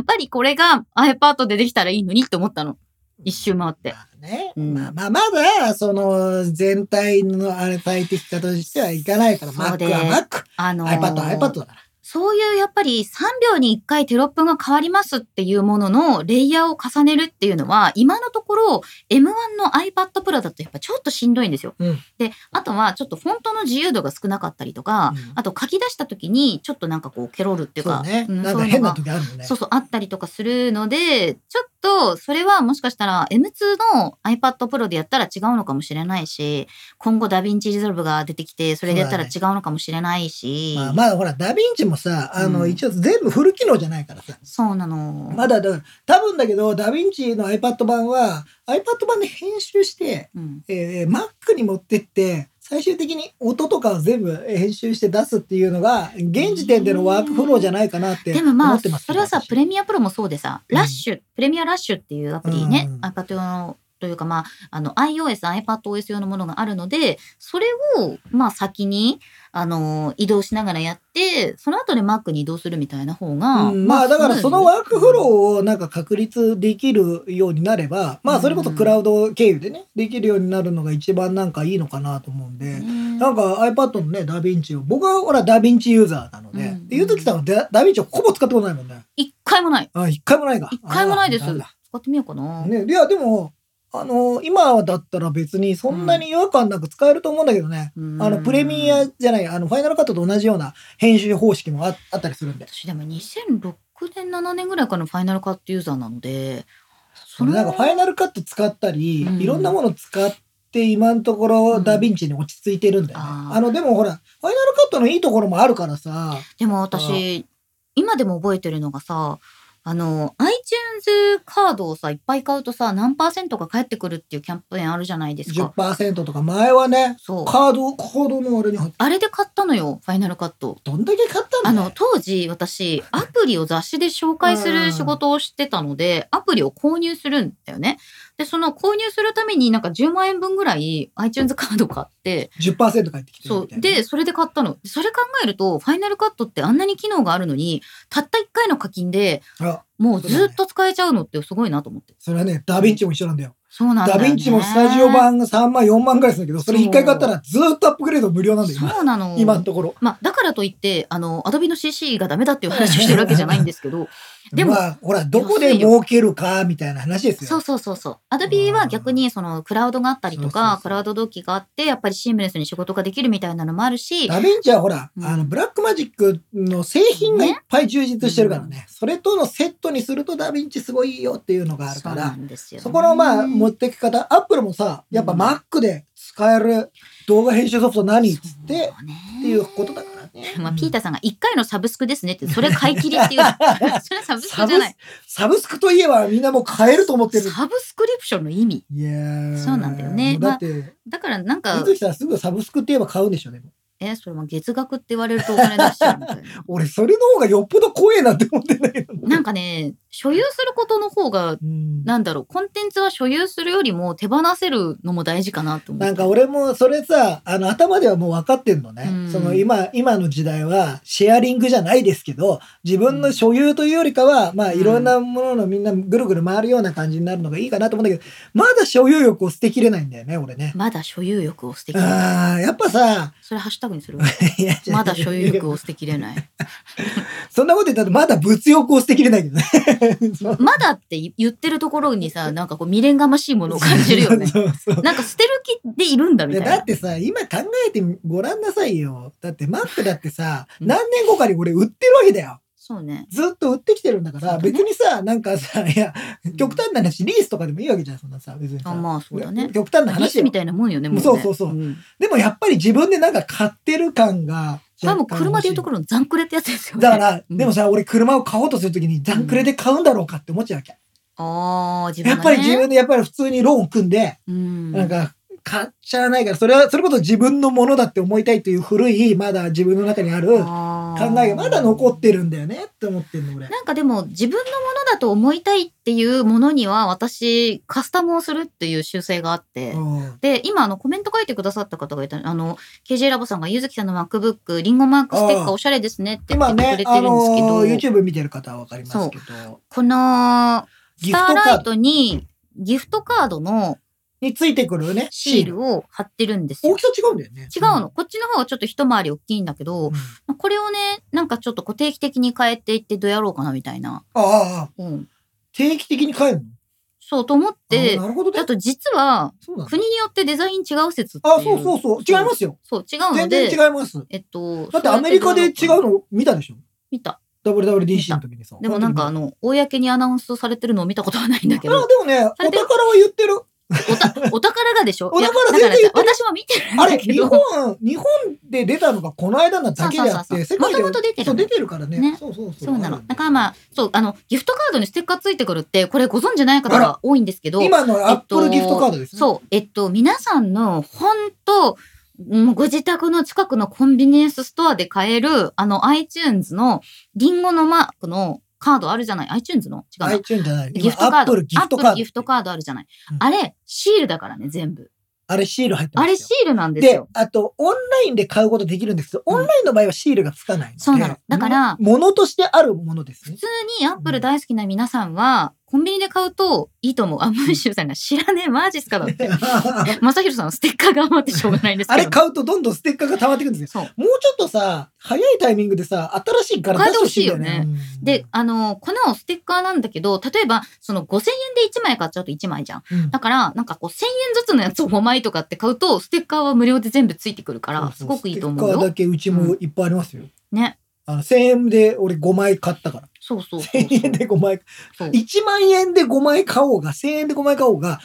C: っぱりこれが iPad でできたらいいのにって思ったの。一周回って。
B: まあね、
C: うん
B: まあまあまだ、その、全体のあれ、最適化としてはいかないから、
C: そう
B: Mac
C: です
B: は Mac、
C: あのー
B: iPad は iPad だか
C: そういうやっぱり3秒に1回テロップが変わりますっていうもののレイヤーを重ねるっていうのは今のところ M1 の iPad Pro だとやっぱちょっとしんどいんですよ。
B: うん
C: で、あとはちょっとフォントの自由度が少なかったりとか、
B: うん
C: あと書き出した時にちょっとなんかこうケロるって
B: ら。
C: いうか、
B: そうね。
C: うん
B: なん
C: そう
B: か
C: いう
B: 変
C: の
B: な
C: が
B: 時あるもんね。
C: そうそうあったりとかするので、ちょっとそれはもしかしたら M2 の iPad Pro でやったら違うのかもしれないし、今後ダヴィンチリゾルブが出てきてそれでやったら違うのかもしれないし、
B: まあ、まあほら、ダヴィンチもさ、あの、
C: うん
B: 一応全部フル機能じゃないからさ。
C: そうなの。
B: まだだから、多分だけど、ダヴィンチの iPad 版は、iPad 版で編集して、
C: うん
B: えー、Mac に持ってって、最終的に音とかを全部編集して出すっていうのが、現時点でのワークフローじゃないかなって
C: でもま
B: 思
C: あ、
B: ってます。
C: それはさ、プレミアプロもそうでさ、
B: うん
C: ラッシュ、プレミアラッシュっていうアプリね、
B: うん
C: iPad 用の、というかまあ、あの、iOS、iPadOS 用のものがあるので、それを、まあ先に、あのー移動しながらやって、その後で Mac に移動するみたいな方が、
B: うんまあだからそのワークフ
C: ー、
B: ローをなんか確立できるようになれば、まあそれこそクラウド経由でね、できるようになるのが一番なんかいいのかなと思うんで、
C: ね
B: なんか iPad のね、ダヴィンチを、僕はほらダヴィンチユーザーなので、
C: うん
B: でゆずきさんはダダヴィンチをほぼ使ったことないもんね。
C: 一回もない。
B: あ、一回もないか。
C: 一回もないです。
B: あ
C: 使ってみようかな。
B: ね、いや、でも、あの、今だったら別にそんなに違和感なく使えると思うんだけどね。
C: うん
B: あの、プレミアじゃない、あの、ファイナルカットと同じような編集方式もああったりするんで。
C: 私でも2006年、7年ぐらいからのファイナルカットユーザーなので、そ
B: なんかファイナルカット使ったり、いろんなもの使って今のところダヴィンチに落ち着いてるんだよね。
C: あー
B: あのでもほら、ファイナルカットのいいところもあるからさ。
C: でも私、今でも覚えてるのがさ、あの、iTunes カードをさ、いっぱい買うとさ、何パーセントか返ってくるっていうキャンペーンあるじゃないですか。
B: 10%とか前はね、
C: そう。
B: カード、カードのあれに入って、
C: あれで買ったのよ、ファイナルカット。
B: どんだけ買った
C: あ
B: の
C: の、当時私、アプリを雑誌で紹介する仕事をしてたので、アプリを購入するんだよね。で、その購入するためになんか10万円分ぐらい iTunes カード買って、
B: 10%返ってきてる
C: そ
B: み
C: う
B: たいな。
C: でそれで買ったのそれ考えるとファイナルカットってあんなに機能があるのにたった1回の課金で
B: あ
C: もうずっと使えちゃうのってすごいなと思って
B: それはね、ダヴィンチも一緒なんだよ。
C: そうなん
B: ダ
C: だよ、ね、
B: ヴィンチもスタジオ版が3万、4万ぐらいするんだけど、それ1回買ったらずっとアップグレード無料なんだよ、今
C: そうなの
B: 今のところ。
C: まあだからといってあのアドビの CC がダメだっていう話をしてるわけじゃないんですけ どでも
B: まあ、ほら、どこで儲けるか、みたいな話ですよ。
C: そうそうそうそうアドビは逆にそのクラウドがあったりと
B: そうそうそ
C: か
B: う
C: クラウド同期があってやっぱりシームレスに仕事ができるみたいなのもあるし
B: ダヴィンチはほら、
C: うん
B: あのブラックマジックの製品がいっぱい充実してるからね、それとのセットにするとダヴィンチすごいよっていうのがある
C: そ
B: か
C: う
B: ら
C: な、んですよね、
B: そこのまあ持ってき方、アップルもさ、やっぱ
C: うん
B: Mac で使える動画編集ソフト何っつって
C: そうね
B: っていうことだからね。
C: まあ、ピータ
B: ー
C: ーさんが1回のサブスクですねって、それ買い切りっ ていう。それサブス
B: サ
C: クじ
B: ブス
C: ゃない。
B: サブスクといえばみんなもう買えると思ってる。
C: サブスクリプションの意味。
B: いやー
C: そうなんだよね
B: だって、
C: だからなん
B: 水
C: か、
B: 木さんすぐサブスクって言えば買うんでしょ、でも。
C: え、それも月額って言われるとお金出しちゃうみたい な。
B: 俺、それの方がよっぽど怖えなって思ってんだけど。
C: なんかね、所有することの方が、
B: うん
C: なんだろう、コンテンツは所有するよりも手放せるのも大事かなと思って。
B: なんか俺もそれさあの頭ではもう分かってんのね、
C: うん
B: その今今の時代はシェアリングじゃないですけど自分の所有というよりかは、まあ
C: うん
B: いろんなもののみんなぐるぐる回るような感じになるのがいいかなと思うんだけどまだ所有欲を捨てきれないんだよね俺ね。
C: まだ所有欲を捨てきれない。
B: あーやっぱさ
C: それハッシュタグに する
B: いや
C: まだ所有欲を捨てき れない。
B: そんなこと言ったらまだ物欲を捨てきれないけどね。そう
C: まだって言ってるところにさ、なんかこう未練がましいものを感じるよ ね。
B: そうそう
C: なんか捨てる気でいるんだみたい
B: だ
C: な
B: っ。てさ今考えてごらんなさいよだってマックだってさ
C: うん
B: 何年後かに俺売ってるわけだよ。
C: そうね。
B: ずっと売ってきてるんだか
C: そう
B: ら、
C: だね
B: 別にさ、なんかさ、いや、極端な話、リースとかでもいいわけじゃん、そんなさ、別にさ。
C: あまあそうだね
B: 極端な
C: リス
B: 話よ
C: みたいなもんよね、もね
B: そうそうそうんでもやっぱり自分でなんか買ってる感が。
C: これはもう車でいうとこ
B: ろ。
C: ろの残クレってやつですよね。
B: だから、
C: うん
B: でもさ、俺車を買おうとするときに、ザンクレで買うんだろうかって思っちゃうわけ。
C: ああ、自分
B: や
C: が
B: っ
C: ね
B: ぱり自分で、やっぱり普通にローン組んで、
C: うん
B: なんか、買っちゃわないから、それは、それこそ自分のものだって思いたいという古い、まだ自分の中にある考
C: 考
B: えがまだ残ってるんだよねって思ってんの、俺。
C: なんかでも自分のものだと思いたいっていうものには私カスタムをするっていう習性があって、
B: うん
C: で今あのコメント書いてくださった方がいたあの KJ ラボさんが「ゆずきさんの MacBook リンゴマークステッカーおしゃれですね」って言っ
B: 今
C: てく
B: ね
C: れ、て
B: あ
C: るんですけど、
B: のー、YouTube 見てる方はわかりますけど、
C: このス
B: ギ
C: タ
B: フ
C: ー
B: トカ
C: ライ
B: ード
C: トにギフトカードの
B: についてくるね、
C: シールを貼ってるんです
B: 大
C: よ
B: き。さ違うんだよね。
C: 違うの。こっちの方がちょっと一回り大きいんだけど
B: うん。、
C: これをね、なんかちょっとこう定期的に変えていってどうやろうかなみたいな。
B: ああああ、
C: うん。
B: 定期的に帰るの
C: そうと思って
B: あ、なるほどね
C: あ。と実は
B: そうだね
C: 国によってデザイン違う説っていう
B: あ、そうそうそう。違いますよ。
C: そう違うの
B: 全
C: で
B: 然違います。
C: えっと
B: だってアメリカで違う
C: の
B: の見たでしょ
C: 見た
B: ?WWDC の時にさ。
C: でもなんかあの公にアナウンスされてるのを見たことはないんだけ
B: あ、で
C: ど
B: もね、お
C: されてる
B: 宝は言ってる。
C: おた お宝がでしょ
B: お宝全
C: いや
B: 然
C: だから
B: 言っ
C: さ
B: てる
C: 私も見てるん
B: あ
C: だ
B: れ、
C: け
B: 日
C: ど
B: 本、日本で出たのがこの間なだけであっ
C: そうそうそうそう
B: て、世界では
C: 元々出てる
B: そう、出てるからね
C: ね。
B: そうそうそう。
C: そうなの
B: る
C: だからまあそうあのギフトカードにステッカーついてくるってこれご存知ない方
B: あ
C: が多いんですけど
B: 今のアップ
C: えっ
B: ル
C: と
B: ギフトカードですね。
C: そう、えっと、皆さんの本当、もうご自宅の近くのコンビニエンスストアで買える、あの iTunes のリンゴのマークのカードあるじゃない ?iTunes の違うな
B: iTune じゃない。
C: ギ
B: 今
C: フ、ト
B: ア
C: カー
B: ッ
C: ド。
B: プルギフトカ
C: Apple ギフ
B: ー
C: ト
B: ド。
C: カードあるじゃない、
B: うん
C: あれ、シールだからね、全部。
B: あれ、シール入ってま
C: あ
B: すよ
C: れ、シールなんです
B: で
C: よ。、
B: あと、オンラインで買うことできるんですけど、
C: うん
B: オンラインの場合はシールがつかないので。
C: そうなのだから
B: もものとしてあるものですね
C: 普。通に Apple 大好きな皆さんは、コンビニで買うといいと思う。あ、ムーシューさんが知らねえ、マジっ すかだって。まさひろさんのステッカーが余ってしょうがないんですけ
B: あ
C: ど。
B: れ買うとどんどんステッカーが溜まってくるんですよ。
C: そう。
B: もうちょっとさ、早いタイミングでさ、新しい柄出してほしいんだよ
C: 変え
B: ね。
C: で、あの、このステッカーなんだけど、例えば、その5000円で1枚買っちゃうと1枚じゃん。
B: うん、
C: だから、なんかこう1000円ずつのやつを5枚とかって買うと、ステッカーは無料で全部ついてくるから、す
B: そうそう
C: ごくいいと思う
B: ステッカー
C: よ
B: だ。けうちもいっぱいありますよ。
C: ね。
B: あの、1000円で俺5枚買ったから。
C: そうそうそう
B: 1000円で5枚。
C: そう。
B: 1万円で5枚買おうが、1000円で5枚買おうが、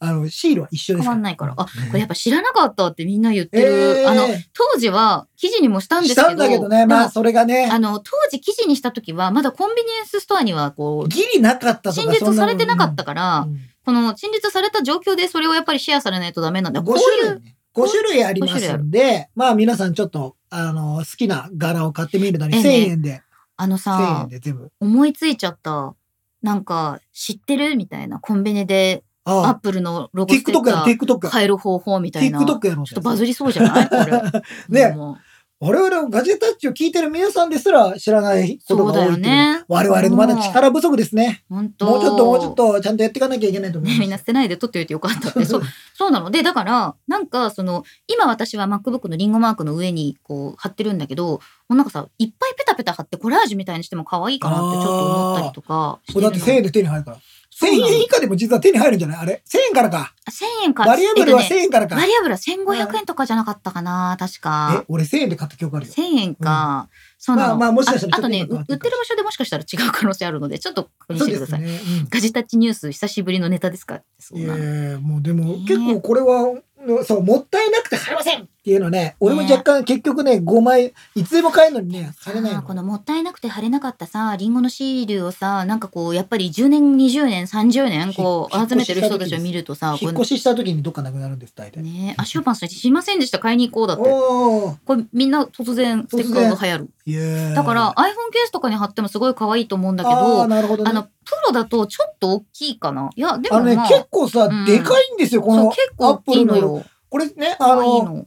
B: あの、シールは一緒ですか
C: 変
B: ら。
C: わんないから。あ、こ
B: ね
C: れやっぱ知らなかったってみんな言ってる。
B: えー
C: あの、当時は記事にもしたんです
B: し
C: けど。
B: たんだけどね、まあ、
C: で
B: それがね
C: も、あの、当時記事にした時は、まだコンビニエンスストアにはこう、
B: ギリなかったとか
C: 陳列されてなかった
B: か
C: から、この陳列された状況でそれをやっぱりシェアされないとダメなんだ。こ
B: 5
C: うい
B: 種
C: う
B: 類、ね、5種類ありますんで、まあ皆さんちょっと、あの、好きな柄を買ってみるなり、
C: ええ
B: 1000
C: ね
B: 円で、
C: あの
B: 1000
C: さ
B: 円、で全部。
C: 思いついちゃった。なんか、知ってるみたいな。コンビニで、アッ
B: ああ、
C: プルのロゴステッ
B: TikTok や
C: カ
B: ろ、
C: ー
B: TikTok。
C: 変える方法みたいな。ちょ
B: TikTok やろう
C: っとバズりそうじゃないこれ。
B: ね
C: もう
B: 我々をガジェタッチを聞いてる皆さんですら知らないこと
C: そう
B: が
C: だ
B: 多い
C: よ
B: っていう。
C: ね。
B: 我々のまだ力不足ですね。
C: 本当
B: もうちょっともうちょっとちゃんとやっていかなきゃいけないと思いま
C: ね、
B: す。
C: みんな捨てないで取っておいてよかっ たって。そう、そうなの。で、だから、なんか、その、今私は MacBook のリンゴマークの上に、こう、貼ってるんだけど、もうなんかさ、いっぱいペタペタ貼ってコラージュみたいにしても可愛いかなってちょっと思ったりとかして
B: これ
C: る
B: だ
C: の。
B: って1000円で手に入るから。1000
C: そうなの
B: 円以下でも実は手に入るんじゃないあれ ?1000 円からか。
C: あ1000円から。
B: バリエーブルは
C: え
B: 1000
C: っとね
B: 円からか。
C: バリアブルは1500円とかじゃなかったかな、確か
B: え。、俺1000円で買った記憶あるよ。
C: 1000円か。そうなの。
B: まあまあもしかしたら
C: ああとね、
B: ちょっと今変
C: う
B: わ
C: 売
B: ってるかも
C: ってる場所でもしかしたら違う可能性あるので、ちょっと確認
B: そ
C: し
B: う
C: てく
B: で
C: だ
B: す
C: さい。
B: ね。
C: ガジタッチニュース、久しぶりのネタですかそ
B: うん。
C: う
B: い
C: な
B: や
C: の。
B: ーもうでも
C: ね
B: 結構これは、そう、もったいなくて買えませんっていうのね、俺も若干結局ね、5枚、いつでも買えるのにね、買えない
C: あー
B: の。
C: このもったいなくて貼れなかったさ、リンゴのシールをさ、なんかこう、やっぱり10年、20年、30年、こ
B: 引っ
C: う、集めてる人たちを見るとさ、
B: 引っ
C: こ
B: 越しした時にどっかなくなるんです、大
C: う
B: 体。
C: ね、あ、シューパンさん、知りませんでした、買いに行こうだって。
B: おー
C: これみんな突然、ステッカーが流行る。
B: いやー
C: だから、iPhone ケースとかに貼ってもすごい可愛いと思うんだけど、
B: あーなるほどね
C: あの、プロだとちょっと大きいかな。いや、で
B: あ
C: も、
B: のね
C: まあ、
B: 結構さ、
C: うん
B: でかいんですよ、こ
C: そう
B: の
C: 結
B: ア
C: 構
B: ッ
C: 大
B: プ
C: きい
B: ル
C: の
B: の。
C: よ。
B: これね、あ
C: 可愛い
B: の、
C: の。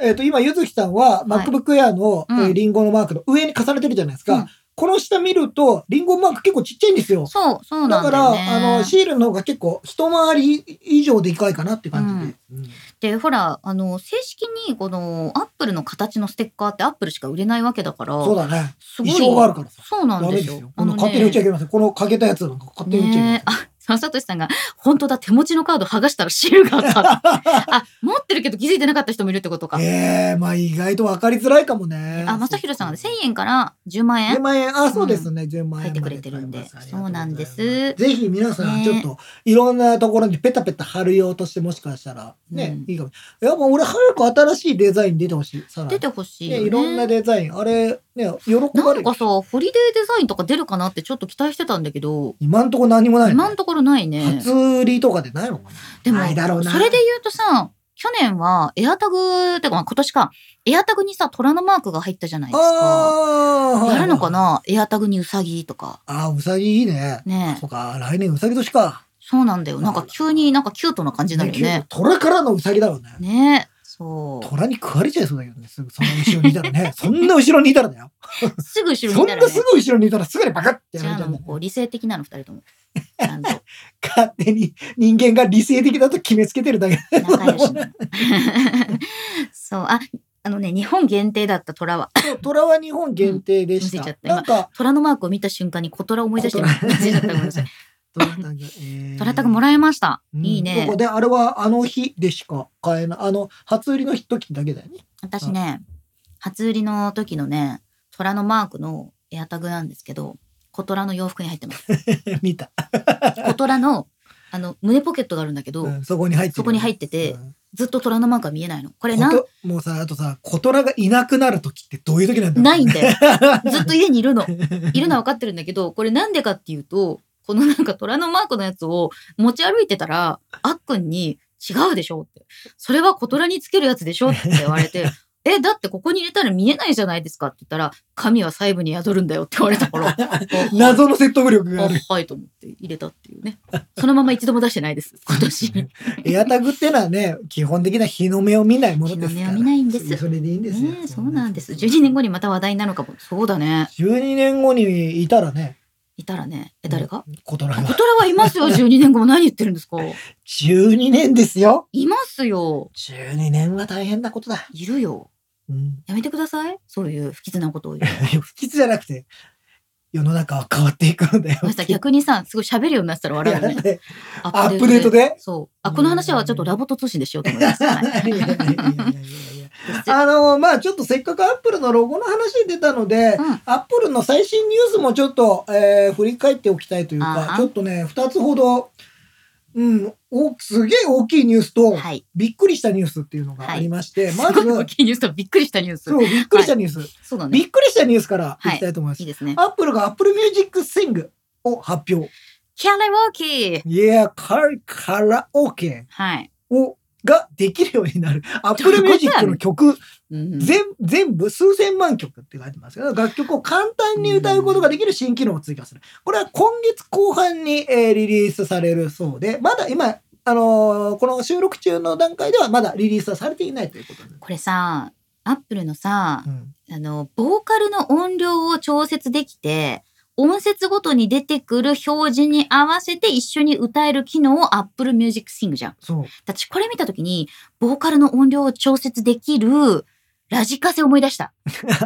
B: えっ、と、今、ゆずきさんは、
C: はい
B: MacBook Air の、
C: うん
B: えーリンゴのマークの上に重ねてるじゃないですか。
C: うん
B: この下見ると、リンゴマーク結構ちっちゃいんですよ。
C: そう、そう
B: だ
C: なん
B: か
C: だ
B: ら、
C: よね。
B: あの、シールの方が結構、一回り以上でかいかなって感じで。うん
C: で、ほら、あの、正式にこのアップルの形のステッカーってアップルしか売れないわけだから、
B: そうだね。
C: すごい。
B: 衣装があるからさ。
C: そうな
B: ダ
C: ん
B: メで
C: で
B: すす
C: よ。
B: よ。
C: あ
B: あ
C: の
B: の、
C: ね
B: 勝手に打っちゃいけません。この欠けたやつなんか勝手に打っちゃい
C: ね
B: けま
C: あ、そのさとしさんが、本当だ、手持ちのカード剥がしたらシールが あった。あ、持ってるけど気づいてなかった人もいるってことか
B: せん。。ええまあ意外と分かりづらいかもね。
C: あ、まさひろさんが1000円から10万円
B: 10万円、あ、そうですね、10万円まで。
C: 入ってくれてるんで
B: ありがとございます
C: そうなんです
B: ぜひ皆さん、
C: ね
B: ちょっと、いろんなところにペタペタ貼るようとして、もしかしたら、ね、
C: うん
B: いいかも。やっぱ俺、早く新しいデザイン出てほしい。さらに
C: 出てほしいよ
B: ね、いろんな
C: ね。
B: デザイン。あれ、ね、喜ば
C: な
B: れ
C: ん
B: る
C: か。さ、ホリデーデザインとか出るかなってちょっと期待してたんだけど、
B: 今んとこ何もない、
C: 今のところないね。
B: 初売りとかでないのかな
C: でも、
B: ないだろうな。
C: それで言うとさ、去年はエアタグ、てかまあ今年か、エアタグにさ、虎のマークが入ったじゃないですか。
B: ああ
C: やるのかなエアタグにウサギとか。
B: あーうさぎいいね。
C: ねえ
B: そうか、来年うさぎ年か。
C: そうなんだよ。なんか急になんかキュートな感じになるよね。
B: 虎からのうさぎだろうね。
C: ねえ。そう。
B: 虎に食われちゃいそうだけどね、すぐその後ろにいたら ね。そんな後ろにいたらだよ。
C: すぐ後ろ
B: そ
C: に
B: ん
C: いたら
B: な
C: ね
B: す。ぐ後ろにいたらすぐにバカってや
C: じ
B: ら
C: ゃ
B: れ
C: あ
B: ちゃ
C: の
B: うんだ
C: もう
B: よ
C: こう理性的なの二 人とも。ちゃんと
B: 勝手に人間が理性的だと決めつけてる だけ。
C: 仲良しなの。 そう。あ、あのね、日本限定だった虎は。
B: 虎は日本限定でし
C: うん見せちゃ
B: た
C: っ。た
B: なんか、
C: 虎のマークを見た瞬間に小虎を思い出して
B: 小虎
C: 見せちゃったごめんなさい。
B: 虎タグ、え ー
C: 虎タグもらいました。いいね
B: ここであれはあの日でしか買えない。あの、初売りの時だけだよね。
C: 私ね、初売りの時のね、虎のマークのエアタグなんですけど、小虎の洋服に入ってます。
B: 見た。
C: 小虎の、あの、胸ポケットがあるんだけど、
B: うんそこに入ってる
C: そこに入ってて
B: うん
C: ずっと虎のマークが見えないの。これな
B: こ
C: ん、
B: ともうさ、あとさ、コトラがいなくなる時ってどういう時なんだろう
C: ないんだ よ。ずっと家にいるの。いるのは分かってるんだけど、これなんでかっていうと、このなんか虎のマークのやつを持ち歩いてたら、あっくんに違うでしょって。それは小虎につけるやつでしょって言わ れて、え、だってここに入れたら見えないじゃないですかって言ったら、神は細部に宿るんだよって言われたから、
B: 謎の説得力
C: あ
B: がある。
C: はいと思って入れたっていうね。そのまま一度も出してないです、今 年。
B: エアタグってのはね、基本的な日の目を見ないものですから。
C: 日の目を見ないんです
B: それでいいんですよ。
C: ねえそうなんです。12年後にまた話題になるかも。そうだね。
B: 12年後にいたらね、
C: いたらね。え、誰が
B: コトラ
C: 小
B: が。
C: 虎はいますよ、12年後も。何言ってるんですか
B: 12年ですよ。
C: いますよ。
B: 12年は大変なことだ。
C: いるよ。
B: うん。
C: やめてください。そういう不吉なことを言う。
B: 不吉じゃなくて、世の中は変わっていくんだよ。
C: まさ逆にさ、すごい喋るようになってたら笑うよね。
B: ね。アップデート。で。
C: そう。あ、この話はちょっとラボット通信でしようと思いま す。はい
B: いやいやいやいやいやいや あのまあちょっとせっかくアップルのロゴの話出たので、
C: うん
B: アップルの最新ニュースもちょっと、えー振り返っておきたいという
C: あ
B: か
C: は
B: ちょっとね2つほど、うん、おすげえ大きいニュースと、
C: はい。
B: びっくりしたニュースっていうのがありまして、ますず
C: ごい大きいニュースとびっくりしたニュース。
B: そうびっくりしたニュース、
C: そうだ
B: び
C: ね。
B: っくりしたニュースからいきたいと思います。
C: いいですね。
B: アップルがアップルミュージックシングを発表。
C: キャラウォーキー
B: いや、カカラオケ
C: はい。
B: をができるようになる。アップルミュージックの曲
C: うん
B: 全全部数千万曲って書いてますけど楽曲を簡単に歌うことができる新機能を追加するこれは今月後半に、えーリリースされるそうでまだ今、あのーこの収録中の段階ではまだリリースはされていないということです、
C: これさ、アップルのさ
B: う、ん
C: あの、ボーカルの音量を調節できて、音節ごとに出てくる表示に合わせて一緒に歌える機能を Apple Music Sing じゃん。
B: そう
C: 私これ見たときに、ボーカルの音量を調節できるラジカセを思い出した。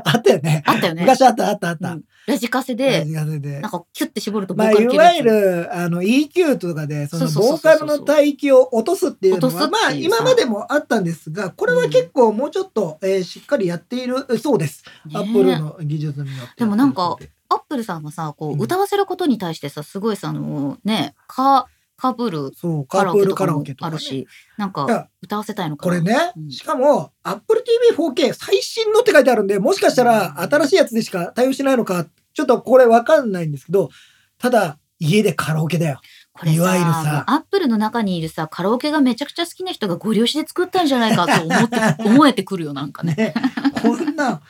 B: あったよね
C: あったよね。
B: 昔あったあったあった、
C: うんラジカセで、
B: 昔あったで
C: なんかキュッて絞るとボ
B: まあ、
C: ーカル
B: い
C: 消
B: わ
C: え
B: ゆ
C: るやつ。
B: るあの EQ とかでその
C: そうそうそ
B: ボ
C: う
B: ー
C: そ
B: カ
C: うそう
B: ルの帯域を落とすっていうの
C: 落とす
B: は
C: って
B: ま
C: いうさ
B: あ今までもあったんですがこれは結構もうちょっと、えーしっかりやっているそうです。
C: ねえ
B: アップルの技術によって。
C: でもなんか、アップルさんはさ、こ
B: う
C: うん歌わせることに対してさ、すごいさ、あのね、か、かぶる
B: そう、カ
C: カ
B: ー
C: ラ
B: プ
C: オ
B: ー
C: ケ
B: ル
C: と
B: カ
C: か
B: ラオ
C: も
B: ケと
C: あ
B: か、ね
C: る。し、なん
B: い
C: か
B: や
C: 歌わせたいのか
B: こ
C: な
B: れね
C: う、ん
B: しかも、Apple TV4K 最新のって書いてあるんで、もしかしたら新しいやつでしか対応しないのか、ちょっとこれわかんないんですけど、ただ、家でカラオケだよ。
C: これさ、
B: いわゆるさ
C: アップルの中にいるさ、カラオケがめちゃくちゃ好きな人がご利用しで作ったんじゃないかと思って、 思えてくるよ、なんかね。
B: ね。こんな。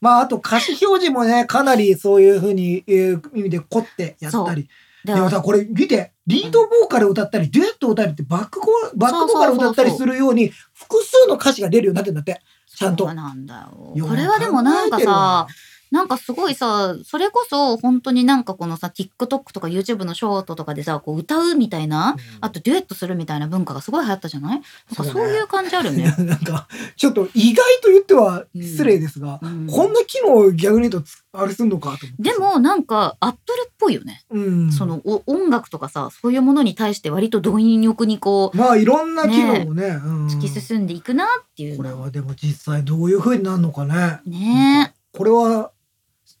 B: まあ、あと歌詞表示もね、かなりそういうふうに、えー意味で凝ってやったり。
C: で
B: でもさ、これ見て、リードボーカル歌ったり、デュエット歌ったりって、バックボバックボーカル歌ったりするように、複数の歌詞が出るようになってんだって。ちゃんと
C: そうなんだよ。
B: よ
C: これはでもなんかさ、、なんかすごいさ、それこそ本当になんかこのさ、TikTok とか YouTube のショートとかでさ、こう歌うみたいな、あとデュエットするみたいな文化がすごい流行ったじゃないなんか
B: そうだね
C: そういう感じある
B: 考え
C: よ
B: てる
C: ね
B: わ。なんかちょっと意外と言っては失礼ですが、
C: うん
B: こんな機能を逆に言うとつあれすんのかと思って
C: で、もなんかアップルっぽいよね。
B: うん、
C: そのお音楽とかさ、そういうものに対して割と貪欲にこう、
B: まあいろんな機能をねうん
C: 突き進んでいくなっていう
B: これ
C: の。
B: はでも実際どういうふうになるのかね。
C: ねえ。
B: これは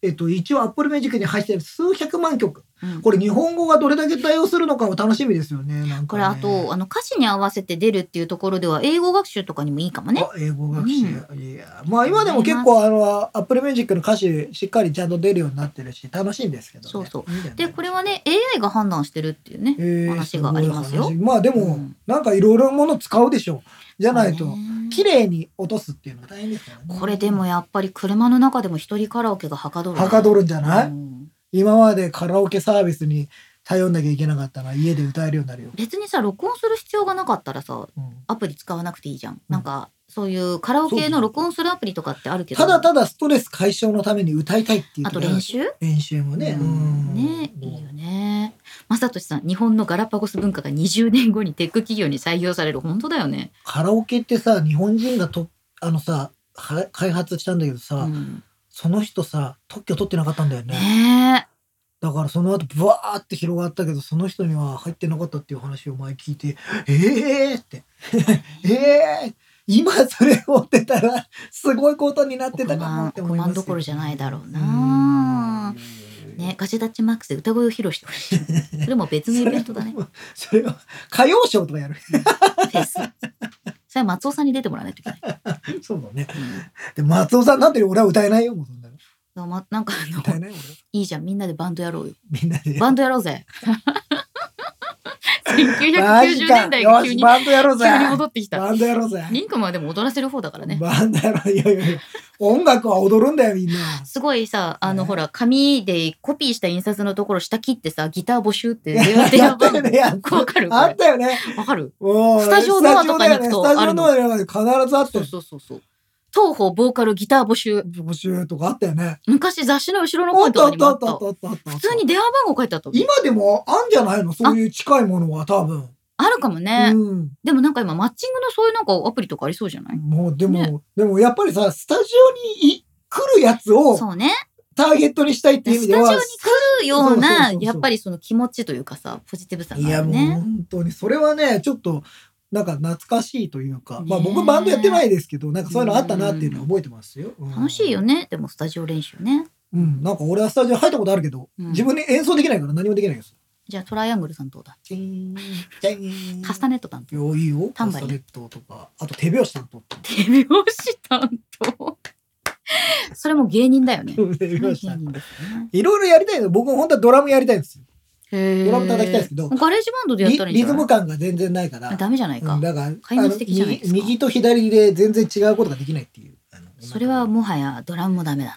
B: えっと一応 Apple Music に入っている数百万曲
C: うん
B: これ日本語がどれだけ対応するのかも楽しみですよね。なん
C: こ
B: かね
C: れあと、あの歌詞に合わせて出るっていうところでは英語学習とかにもいいかもね。
B: あ英語学習、いやまあ今でも結構あのアップルミュージックの歌詞しっかりちゃんと出るようになってるし楽しいんですけど、ね、
C: そうそ
B: いいんだよね
C: でこれはね AI が判断してるっていうね。
B: えー
C: 話がありますよ
B: ごい話まあでも、
C: うん
B: なんかいろいろなもの使うでしょうじゃないと
C: そうね
B: 綺麗に落とすっていうのが大変ですからね
C: これでもやっぱり車の中でも一人カラオケがはかどるね。
B: はかどるんじゃない、
C: うん
B: 今までカラオケサービスに頼んなきゃいけなかったら家で歌えるようになるよ、
C: 別にさ録音する必要がなかったらさ
B: うん
C: アプリ使わなくていいじゃん。なんかそういうカラオケの録音するアプリとかってあるけど。
B: ただただストレス解消のために歌いたいっていう
C: あと
B: ころ
C: 練習
B: 練習もね、うん
C: ねいいよね。正俊さん日本のガラパゴス文化が20年後にテック企業に採用される本当だよね。
B: カラオケってさ日本人がとあのさは開発したんだけどさ、
C: うん
B: その人さ特許取ってなかったんだよね
C: ね
B: だからその後ブワーって広がったけどその人には入ってなかったっていう話を前聞いてええー、ってええー、今それ持ってたらすごいことになってたかもって思います
C: 億万億万どころじゃないだろう
B: な
C: なねガジェタッチマックスで歌声を披露してほしい。 それも別のイベントだね。
B: それは歌謡ショーとかやる
C: フェス。それは松尾さんに出てもらわないといけない。
B: そうだね
C: うん
B: で松尾さんなんて俺は歌えないよもうそんなの
C: だからま、なんかあ の
B: 歌えないよ
C: いいじゃんみんなでバンドやろうよ。
B: 俺みんなで
C: バンドやろ うぜ。
B: マジ
C: 1990
B: か
C: 年代が
B: よ
C: 急
B: し
C: に
B: バンドやろうぜ
C: 急に戻ってきた。
B: バンドやろうぜ
C: リンクマンはでも踊らせる方だからね。
B: バンドやろういやいやいや音楽は踊るんだよみんな
C: すごいさ、あの、
B: ね
C: ほら、紙でコピーした印刷のところ下切ってさ、ギター募集って電話電
B: や
C: 話
B: ったよ
C: 番
B: ねやっ
C: 号わかるこ
B: あっ
C: れ
B: たよね。
C: わかる
B: もう
C: スタジオ
B: ね
C: ドアとかに行くと
B: スタジオの
C: あ
B: 中で必ずあった
C: そ
B: よ
C: う。そうそうそう。当方ボーカルギター募集。
B: 募集とかあったよね。
C: 昔雑誌の後ろの
B: あ
C: 方
B: っ
C: と
B: たあっ
C: かにも
B: たあ
C: あ
B: っ
C: った
B: あ
C: た
B: っ。たあったあった。
C: 普通に電話番号書いてあったもん。
B: 今でもあんじゃないのそういう近いものは多分。
C: あるかもね、
B: うん。
C: でもなんか今マッチングのそういうなんかアプリとかありそうじゃない
B: もうでも、
C: ね
B: でもやっぱりさスタジオにい来るやつを
C: そうね。
B: ターゲットにしたいっていう意
C: スタ
B: 味で
C: ジオに
B: は。
C: 来るよう
B: そうそうそう
C: な、
B: そう
C: やっぱりその気持ちというかさ、ポジティブさ
B: い
C: があ
B: や
C: る
B: もう
C: ね。
B: 本当にそれはねちょっと。なんか懐かしいというか、まあ
C: ね
B: 僕バンドやってないですけど、なんかそういうのあったなっていうのは覚えてますよ。うん
C: 楽しいよね。でもスタジオ練習ね。
B: うん、なんか俺はスタジオ入ったことあるけど、
C: うん
B: 自分で演奏できないから何もできないです。
C: じゃあトライアングルさんどうだ
B: チーン、チーン。
C: カスタネット担当。
B: よいいよ。
C: タ
B: カ
C: ンバ
B: ス
C: リ
B: タ
C: ン
B: ネットとか、あと手拍子担当。
C: 手拍子担 当。それも芸人だよね。
B: 手
C: それも
B: 拍
C: 芸
B: 子担
C: 人ですよね
B: 当。いろいろやりたいの。僕も本当はドラムやりたいんですよ。
C: へー
B: ドラム叩きたいですけど
C: ガレージバンドでやっ
B: リ
C: たらいいん
B: リ
C: じゃ
B: ズ
C: な
B: ム
C: い
B: 感が全然ないから。
C: ダメじゃない
B: うん
C: か。
B: だから、
C: 壊滅的じゃないですか
B: あの右右と左で全然違うことができないっていう。あの
C: それはもはやドラムもダメだな。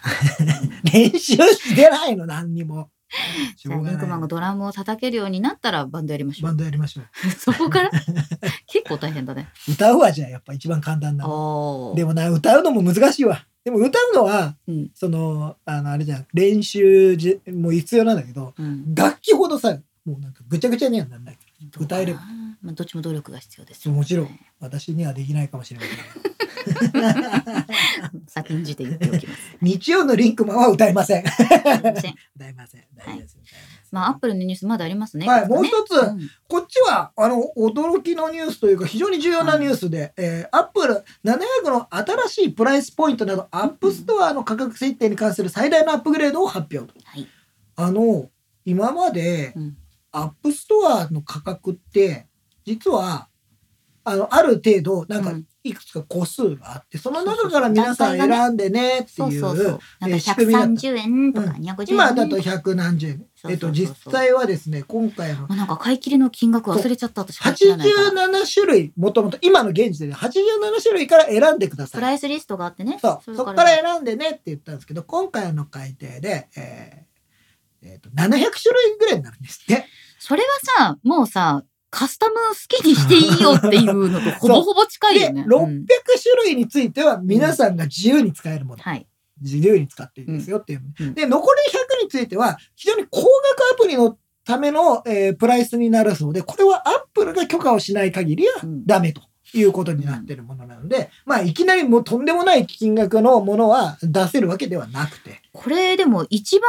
B: 練習してないの、何にも。し
C: じゃ
B: ょ
C: あ
B: う
C: リ
B: が
C: ンクマ
B: な
C: ンが
B: い。
C: ドラムを叩けるようになったらバンドやりましょ
B: バ
C: う
B: ン。ドやりましょ
C: そこから 結構大変だね。
B: う。歌うはじゃあやっぱ一番簡単なの。
C: お
B: で
C: ー
B: もな、歌うのも難しいわ。でも歌うのは、
C: うん
B: その、あの、あれじゃん、練習じも必要なんだけど、
C: うん
B: 楽器ほどさ、もうなんかぐちゃぐちゃにはならない。
C: どうか
B: 歌
C: な
B: えれば
C: まあ、どっちも努力が必要です、
B: もちろん。私にはできないかもしれない。
C: 先んじて言ってお きます。
B: 日曜のリンクマンは歌えません。
C: すいません
B: 歌えません。大丈夫です。歌えせん
C: まあ、アップルのニュースまだありますね。
B: はい、
C: いくつか
B: もう
C: ね
B: 一つ、
C: ん
B: こっちは、あの、驚きのニュースというか、非常に重要なニュースで、えー、アップル700の新しいプライスポイントなど、アップストアの価格設定に関する最大のアップグレードを発表。
C: はい。
B: あの、今まで、
C: うん
B: アップストアの価格って実はあのある程度なん
C: う
B: か
C: ん
B: いくつか個数があってその中から皆さん
C: そうそう
B: 選んでねって
C: そう
B: い
C: そうそう
B: う。
C: なんか
B: 仕組みだった
C: 130円とか250円、
B: 今だと百何十円
C: そう
B: えっ
C: そ
B: と
C: うそうそう
B: 実際はですね今回の
C: あなんか買い切りの金額忘れちゃった私買い切らないから
B: 87種類もともと今の現時点で87種類から選んでくだ
C: プ
B: さ
C: ラ
B: い
C: イスリストがあってね
B: そう
C: れ
B: そこから選んでねって言ったんですけど今回の改定でえーえっと700種類ぐらいになるんですって
C: それはさもうさカスタム好きにしていいよっていう のとほぼほぼ近い
B: で
C: よね
B: 600
C: うん
B: 種類については皆さんが自由に使えるもの
C: はい
B: 自由に使っていいですよっていう。
C: うん
B: で、残り100については、非常に高額アプリのための、えープライスになるそうで、これはアップルが許可をしない限りは
C: うん
B: ダメということになってるものなので、まあ、いきなりもうとんでもない金額のものは出せるわけではなくて、
C: これでも一番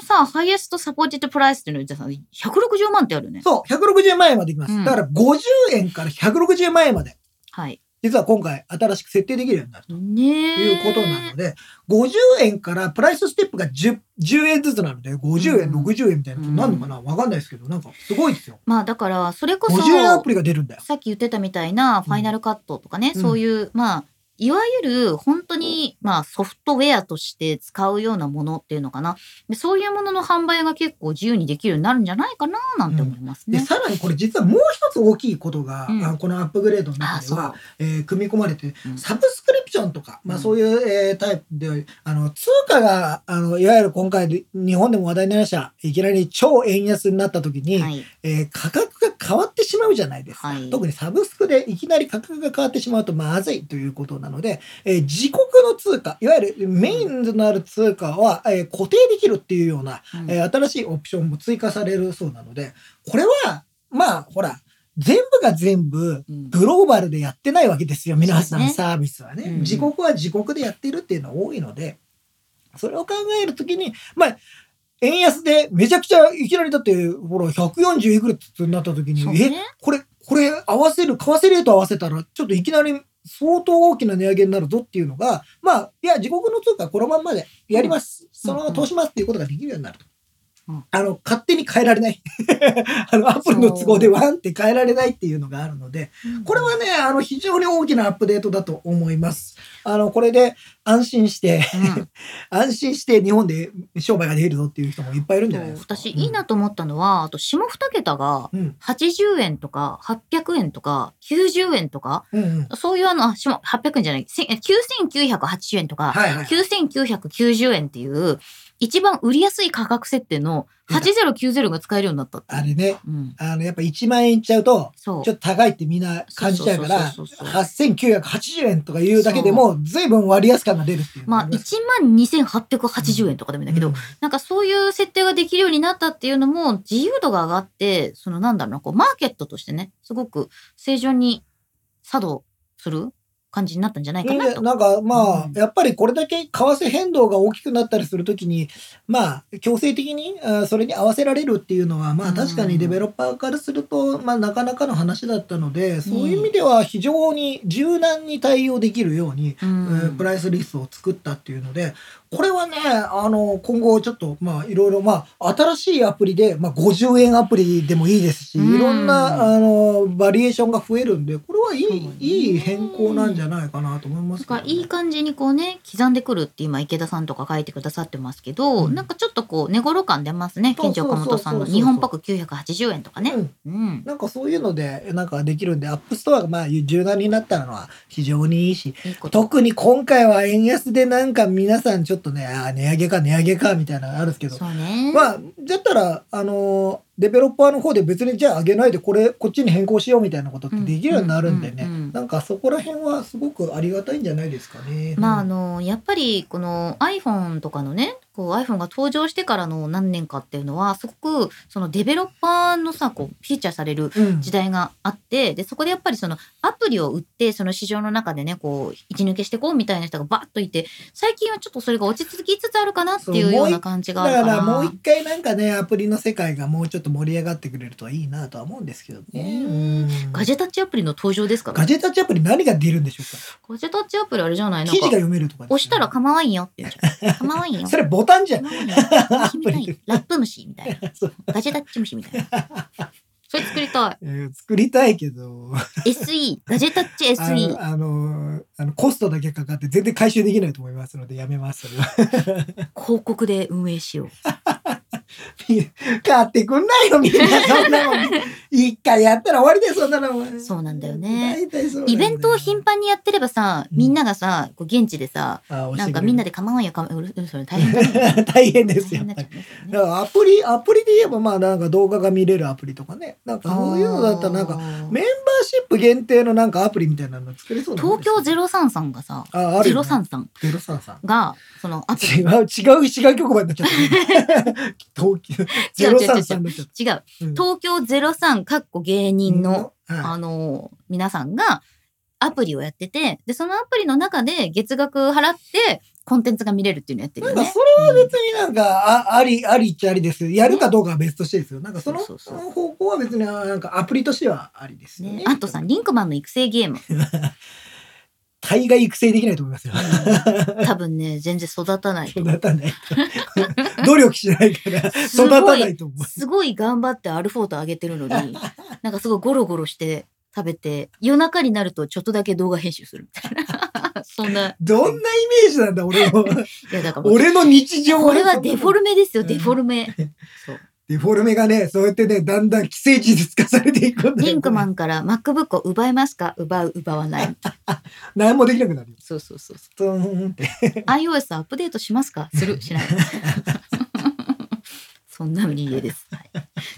C: さハイエストサポーティッドプライスっていうのじゃさ160万ってあるよね
B: そう、160万円までいきます。
C: うん
B: だから50円から160万円まで
C: はい
B: 実は今回新しく設定できるようになる
C: ね
B: と
C: え。
B: いうことなので、50円からプライスステップが 10, 10円ずつなので、50円、
C: うん
B: 60円みたいなことになるのかなわかんないですけど、なんかすごいですよ。
C: まあだから、それこそ、
B: 50円アプリが出るんだよ。
C: さっき言ってたみたいなファイナルカットとかね、
B: うん
C: そういう、まあ、いわゆる本当に、まあ、ソフトウェアとして使うようなものっていうのかな。でそういうものの販売が結構自由にできるようになるんじゃないかななんて思います
B: で、
C: ね。
B: さらにこれ実はもう一つ大きいことが、
C: うん
B: あのこのアップグレードの
C: あ
B: 中
C: あ、
B: で
C: そ
B: は
C: う、。
B: えー組み込まれて、
C: うん
B: サブスクリプションとか、まあ
C: うん
B: そういう、えータイプで、あの、通貨が、あの、いわゆる今回で日本でも話題になりました、いきなり超円安になった時に、
C: はい。
B: えー価格が変わってしまうじゃないですか。
C: はい
B: 特にサブスクでいきなり価格が変わってしまうとまずいということなので、えー自国の通貨、いわゆるメインとなる通貨は、えー固定できるっていうような、
C: うん
B: えー新しいオプションも追加されるそうなので、これは、まあ、ほら、全部が全部、
C: うん
B: グローバルでやってないわけですよ、皆さ
C: そうで
B: ん
C: すね
B: サービスはね。
C: うん
B: 自国は自国でやってるっていうのは多いので、それを考えるときに、まあ、円安でめちゃくちゃいきなりだって、ほら、140いくらってなったときに、
C: そう
B: え、
C: ね。
B: これ、これ合わせる、為替レート合わせたら、ちょっといきなり相当大きな値上げになるぞっていうのが、まあ、いや、自国の通貨このまんまでやります。そのまま通しますっていうことができるようになると
C: うん。
B: あの、勝手に変えられない。 あの、アップルの都合でワンって変えられないっていうのがあるので、これはね、あの、非常に大きなアップデートだと思います。あの、これで安心して、
C: うん、
B: 安心して日本で商売ができるぞっていう人もいっぱいいるんじゃないですか。
C: 私、いいなと思ったのは、あと、下二桁が、
B: うん。
C: 80円とか、800円とか、90円とか、
B: うん。うんうん。
C: そういうあの、あしも800円じゃない、せんえ9980円とか、
B: はいはい。
C: 9990円っていう、一番売りやすい価格設定の8090が使えるようになったっていう
B: あれね、
C: うん。
B: あの、やっぱ1万円いっちゃうと、
C: そう。
B: ちょっと高いってみんな感じちゃうから、
C: そうそうそうそう
B: 8980円とか言うだけでも、随分割安感が出るっていうのが
C: まあ、
B: りす。
C: 12,880円とかでもいいんだけど、
B: うん
C: なんかそういう設定ができるようになったっていうのも、自由度が上がって、そのなんだろうな、こう、マーケットとしてね、すごく正常に作動する感じになったんじゃないか
B: いい
C: な
B: ね
C: と。
B: なんかまあ、
C: うん
B: やっぱりこれだけ為替変動が大きくなったりするときにまあ強制的にあーそれに合わせられるっていうのはま
C: う
B: あ
C: ん
B: 確かにデベロッパーからすると、まあ、なかなかの話だったのでそういう意味では非常に柔軟に対応できるように、
C: う
B: え
C: ん
B: ープライスリストを作ったっていうのでこれはねあの今後ちょっとまあいろいろまあ新しいアプリで、まあ、50円アプリでもいいですし、
C: うん
B: いろんなあのバリエーションが増えるんでこれはいい,、
C: そうね
B: いい変更なんじゃないかなと思いま
C: な
B: す
C: ん
B: けど
C: か
B: ね
C: いい感じにこうね刻んでくるって今池田さんとか書いてくださってますけど、
B: うん
C: なんかちょっとこう寝頃感出ますね
B: そう
C: 県庁岡本さんの
B: そうそうそうそう
C: 日本パック980円とかね。
B: うん
C: うん、
B: なんかそういうのでなんかできるんでアップストアがまあ柔軟になったのは非常にいいし
C: いいこと。
B: 特に今回は円安でなんか皆さんちょっとねあー値上げか値上げかみたいなのがあるんですけど
C: そうね。
B: まあだったらあのーデベロッパーの方で別にじゃあ上げないでこれこっちに変更しようみたいなことってできるようになるんでね、
C: うんうんうんうん
B: なんかそこら辺はすごくありがたいんじゃないですかね。
C: まああのやっぱりこの iPhone とかのねこう iPhone が登場してからの何年かっていうのはすごくそのデベロッパーのさこうフィーチャーされる
B: うん
C: 時代があってでそこでやっぱりそのアプリを売ってその市場の中でねこう一抜けしてこうみたいな人がバッといて最近はちょっとそれが落ち着きつつあるかなってい
B: そうう
C: よう
B: もう
C: な
B: 一
C: 感じ
B: だ
C: がある
B: か
C: から
B: らもう一回なんかねアプリの世界がもうちょっと盛り上がってくれるといいなとは思うんですけどね。
C: ね
B: うん
C: ガジェタッチアプリの登場ですから
B: ガジェタッチアプリ何が出るんでしょう
C: ガジェタッチアプリあれじゃない
B: か記
C: なん
B: 事が
C: か
B: 読めるとかですね、
C: 押したら構わんよって言うんじゃん構わんよ
B: それボタンじゃん
C: 構わんよ虫みた
B: アプ
C: い
B: リ
C: ラップ虫みたい
B: そう
C: なガジェタッチ虫みたいなそれ作りた
B: えー作りたいけど
C: い SE ガジェタッチ
B: あの
C: SE
B: あのあのコストだけかかって全然回収できないと思いますのでやめますそれは
C: 広告で運営しよう
B: 買ってくんないよみんな そんなもん一回やったら終わりだよそんなの
C: そうなんだよね
B: 大体そうなんだよ
C: イベントを頻繁にやってればさみんながさこう現地でさ
B: あ押
C: な
B: して
C: ん
B: くれ
C: か
B: る
C: みんなで構わんよかまうるうるそれ大変だ
B: 大変ですよや
C: 大変に
B: っぱり
C: なっちゃいますよね
B: だからアプリアプリで言えばまあなんか動画が見れるアプリとかねなんかそういうのだったらなんか
C: あ
B: メン
C: ー
B: メバーシップ限定のなんかアプリみたいなの作れそうなもんで
C: 東
B: す
C: 京
B: よ
C: ゼロ三さんがさ
B: あある
C: ゼ
B: よ
C: ロ
B: ね
C: 三さん
B: ゼロ三三
C: がそのアプ
B: 違
C: リ
B: う、違う、違う局番になっちゃった。 東京、ゼロ三三になっちゃっ
C: 違う
B: た。うん
C: 東京ゼロ三かっこ芸人の、
B: は
C: あの皆さんがアプリをやっててでそのアプリの中で月額払ってコンテンツが見れるっていうのやって
B: い、
C: る
B: な
C: よ
B: んか
C: ね
B: それは別になんか、ああり、ありっちゃありですよ。やるかどうかは別としてですよ。なんかその
C: そうそうそ
B: 方向は別に、あなんかアプリとしてはありですよ
C: ね
B: ね。
C: あとさ、リンクマンの育成ゲーム
B: 大概育成できないと思いますよ。
C: 多分ね、全然育たないと思う。
B: 育たない。努力しないから育
C: すごい
B: たないと思う。
C: すごい頑張ってアルフォート上げてるの に、なんかすごいゴロゴロして食べて、夜中になるとちょっとだけ動画編集するみたいな。 そんな。い
B: どんなイメージなんだ俺 の
C: や、だからもう、
B: 俺の日常
C: これはデフォ
B: ル
C: ルメですよ、
B: うん
C: デフォルメ。そう。
B: デフォルメがねそうやってねだんだん既成事実化されていくんだよ
C: リンクマンから MacBook を奪いますか奪う、奪わない。
B: 何もできなくなるよ
C: そうそうそうそ
B: トーンって
C: う。iOS アップデートしますかするしない そんなのに家です。はい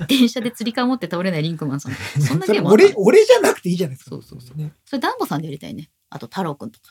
C: 電車で釣り革持って倒れないリンクマンさん。そんな
B: そ
C: ゲ
B: れ
C: ームあった
B: 俺俺じゃなくていいじゃないですか
C: そうそうそう
B: ね
C: それダンボさんでやりたいね。あと太郎くんとか。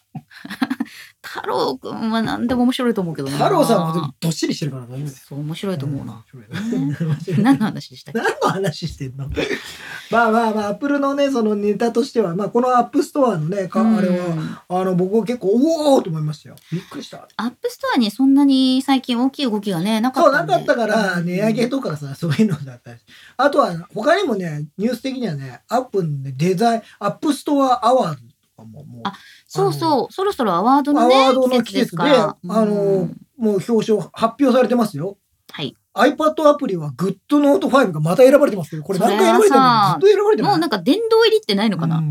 C: 太郎くんは何でも面白いと思うけどな
B: 太郎さんはどっしりしてるから大丈夫です
C: そう、面白いと思うな。
B: うん面白いな面白いな
C: 何の話でしたっけ
B: 何の話してんの まあまあまあアップルのねそのネタとしては、まあ、このアップストアのねかあれは
C: は。
B: あの僕は結構おおと思いましたよびっくりした
C: アップストアにそんなに最近大きい動きがね、なかっ
B: そうな
C: た
B: ん
C: で。
B: かったから値上げ
C: うん
B: とかさそういうのだったしあとは他にもねニュース的にはねアップのねデザインアップストアアワードとかももう
C: あそうそう、そろそろアワードのね、
B: アワードの
C: 季節ですから。
B: 季節であの
C: うん
B: もう表彰発表されてますよ
C: はい。
B: iPad アプリは GoodNote5 がまた選ばれてますけどこれ何回選ばれてる
C: それ
B: の
C: は
B: ず
C: さ
B: っと選ばれてる
C: もうなんか殿堂入りってないのかな、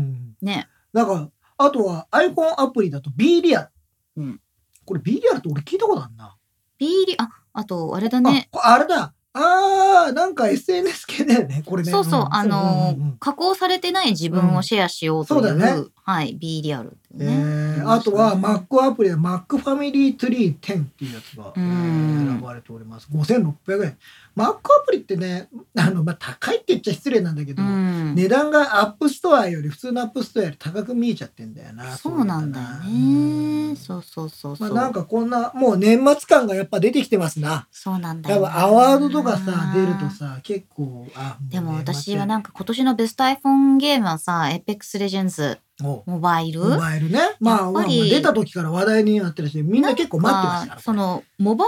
C: ね。
B: なんか、あとは iPhone アプリだと B リアル。
C: うん
B: これ B リアルって俺聞いたことあるな。
C: ビーリ、あ、あと、あれだね。
B: あ、こあれだ。あー、なんか SNS 系だよね。これね。
C: そうそう、
B: ん
C: あのー
B: うんうん
C: 加工されてない自分をシェアしようという、
B: うんそうだよ
C: はい、B リアルっていう
B: うん
C: ね。
B: えーあとは Mac アプリで Mac ファミリーツリー10っていうやつが、え
C: うん
B: ー選ばれております。5600円。Mac アプリってね、あの、まあ、高いって言っちゃ失礼なんだけど、
C: うん
B: 値段がアップストアより普通のアップストアより高く見えちゃってんだよな。
C: そうなんだよ
B: う
C: ね。
B: ん
C: そうそうそうそ
B: まあ、
C: う。
B: なんかこんなもう年末感がやっぱ出てきてますな
C: そうなんだ
B: 多
C: よ
B: 分
C: な。
B: アワードとかさ出るとさ結構あ
C: でも私は
B: な
C: なんか今年のベスト iPhone ゲームはさ、Apex Legends モバイル
B: モバイルねまあ
C: やっ
B: ま
C: ぱ
B: あ
C: り
B: 出た時から話題になってるしみんな結構待ってました
C: がそのモバイ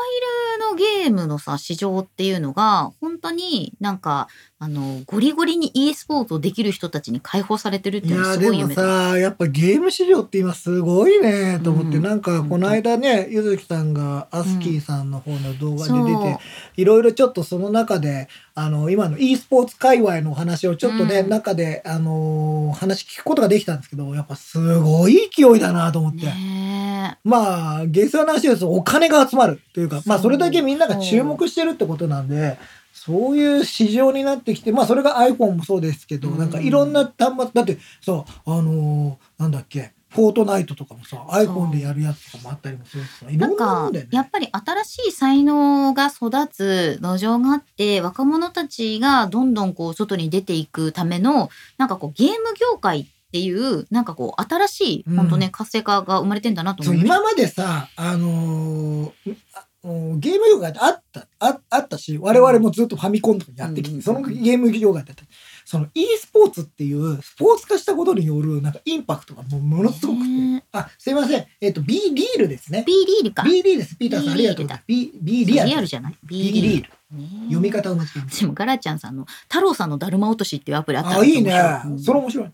C: ルのゲームのさ市場っていうのが本当になんかあのゴリゴリに e スポーツをできる人たちに解放されてるって
B: い
C: いうのが
B: や
C: すご
B: で
C: い
B: も
C: 夢だ。
B: さやっぱゲーム市場って今すごいねと思って、
C: うん
B: なんかこの間ねゆずきさんがアスキーさんの方の動画で
C: そう
B: 出て、いろいろちょっとその中であの今の e スポーツ界隈の話をちょっとね、
C: うん
B: 中で、あのー話聞くことができたんですけどやっぱすごい勢いだなと思って、
C: ね
B: まあ下世話な話ですとお金が集まるというかまあ
C: そ
B: そうれだけみんなが注目してるってことなんで。そういう市場になってきて、まあそれが iPhone もそうですけど、
C: うん
B: なんかいろんな端末、だってさ、あのーなんだっけ、フォートナイトとかもさ、iPhone でやるやつとかもあったりもするしさ、い
C: えな
B: ろ
C: ん
B: んなも
C: か
B: んだよね。
C: やっぱり新しい才能が育つ土壌があって若者たちがどんどんこう外に出ていくためのなんかこうゲーム業界っていうなんかこう新しい本当ね、
B: う
C: 活性化が生まれてんだなと
B: そ
C: 思
B: う
C: いました
B: 今までさ、あのーあうんゲーム業界ってあったああったし我々もずっとファミコンとかやってきて、
C: うん
B: そのゲーム業界だったその e スポーツっていうスポーツ化したことによるなんかインパクトがもうものすごくて、
C: ね
B: あすいません、えっと B リールですね
C: B リールか
B: B リールですピーターさんあり
C: B リ
B: が
C: ール
B: とうござ
C: だ
B: います B, B
C: リ
B: リア
C: ア
B: ル
C: ルじゃない
B: B
C: B リール
B: リール
C: 読
B: 読み方を間違えまし
C: でもガラちゃんさんの太郎さんのだるま落としっていうアプリあった
B: た
C: ら
B: あいいね
C: 面白
B: それ面白い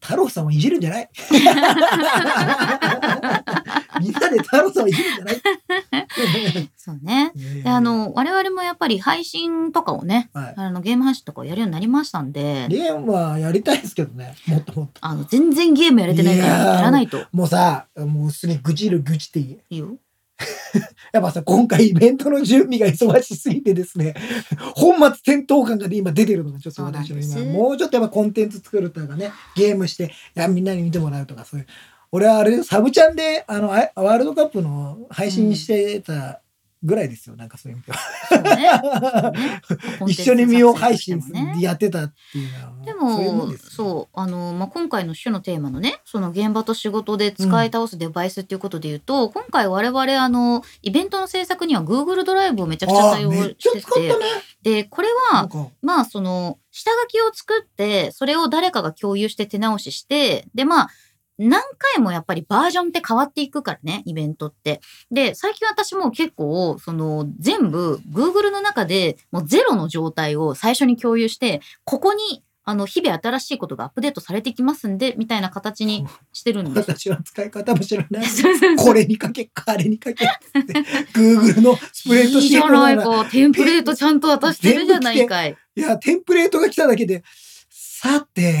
B: 太郎さんをいじるんじゃないみんなで太郎さんをいじるんじゃない
C: そうね。であの我々もやっぱり配信とかをね、
B: はい
C: あのゲーム配信とかをやるようになりましたんで、
B: ゲームはやりたいですけどねもっともっと
C: あの全然ゲームやれてないから
B: いやー
C: やらないと
B: もうさもうすでに愚痴る愚痴っていい
C: いいよ。
B: やっぱさ今回イベントの準備が忙しすぎてです ね本末転倒感がね今出てるのがちょっと私の
C: そう
B: 今
C: なんです
B: もうちょっとやっぱコンテンツ作るとかねゲームしていやみんなに見てもらうとかそういう俺はあれサブチャンであのあワールドカップの配信してたぐらいですよ、なんかそういう意味では
C: そうね ねコンテンツ
B: 一緒に見よう配信
C: 作成としてもね
B: やってたっていうのは
C: で
B: そういうも
C: も
B: ん
C: そう
B: ですよ
C: あの、まあ、今回の主のテーマのねその現場と仕事で使い倒すデバイスっていうことで言うと、今回我々あのイベントの制作には Google ドライブをめちゃくちゃ
B: あ
C: 対
B: ー
C: 応
B: めっ
C: し
B: ちゃ
C: て
B: 使ったね
C: てでこれ
B: な
C: は
B: んか
C: まあその下書きを作ってそれを誰かが共有して手直ししてでまあ何回もやっぱりバージョンって変わっていくからねイベントって。で最近私も結構その全部 Google の中でもうゼロの状態を最初に共有してここにあの、日々新しいことがアップデートされてきますんで、みたいな形にしてるん です。
B: 私は使い方も知らない。
C: そうそうそう
B: これにかけ、あれにかけっつって。Google のスプレッド
C: いい
B: シ
C: じ
B: ー
C: ゃ
B: トの
C: な
B: よ
C: いう
B: な
C: か。テンプレートちゃんと渡してるじゃないかい。
B: いや、テンプレートが来ただけで、さて。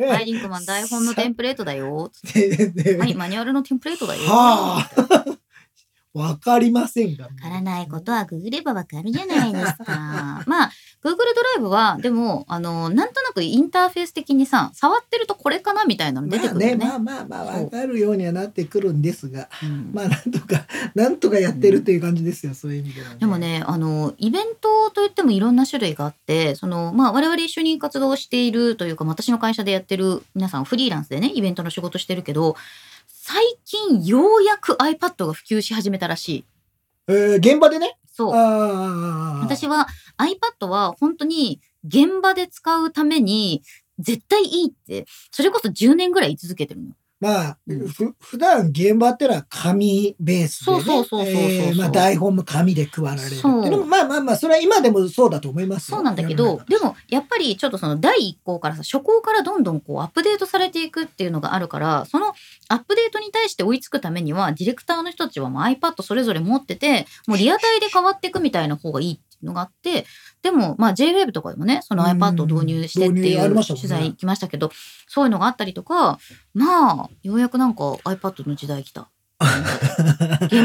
C: はい、リンクマン台本のテンプレートだよ。
B: でで
C: はい、マニュアルのテンプレートだよ。わ
B: はあ。わかりませんが。
C: からないことはググればわかるじゃないです か。まあ、Google ドライブは、でも、あの、なんとなくインターフェース的にさ、触ってるとこれかなみたいなの出てくるよね。
B: まあね、まあまあまあ、わかるようにはなってくるんですが、
C: うん
B: まあなんとか、なんとかやってるという感じですよ、そういう意味では、
C: でも。ね、あの、イベントといってもいろんな種類があって、その、まあ、我々一緒に活動しているというか、まあ私の会社でやってる皆さんフリーランスでね、イベントの仕事してるけど、最近ようやく iPad が普及し始めたらしい。
B: えー現場でね。
C: そう。
B: ああ。
C: 私は iPad は本当に現場で使うために絶対いいって、それこそ10年ぐらい言い続けてるの。
B: まあ、
C: うん
B: ふ普段現場ってのは紙ベースで、ね。
C: そうそうそうそうそう
B: えーまあ台本も紙で配られるっていうのも
C: そう
B: まあまあまあ、それは今でもそうだと思いますよ
C: そうなんだけど、でもやっぱりちょっとその第一項からさ、初項からどんどんこうアップデートされていくっていうのがあるから、そのアップデートに対して追いつくためには、ディレクターの人たちはもう iPad それぞれ持ってて、もうリアタイで変わっていくみたいな方がいいっていうのがあって、でもまあ JWave とかでもね、その iPad を導入して
B: う
C: って
B: ん導
C: い
B: 入あり
C: う
B: ましたも
C: 取
B: んね
C: 材行きましたけど、そういうのがあったりとか、まあ、ようやくなんか iPad の時代来 た。現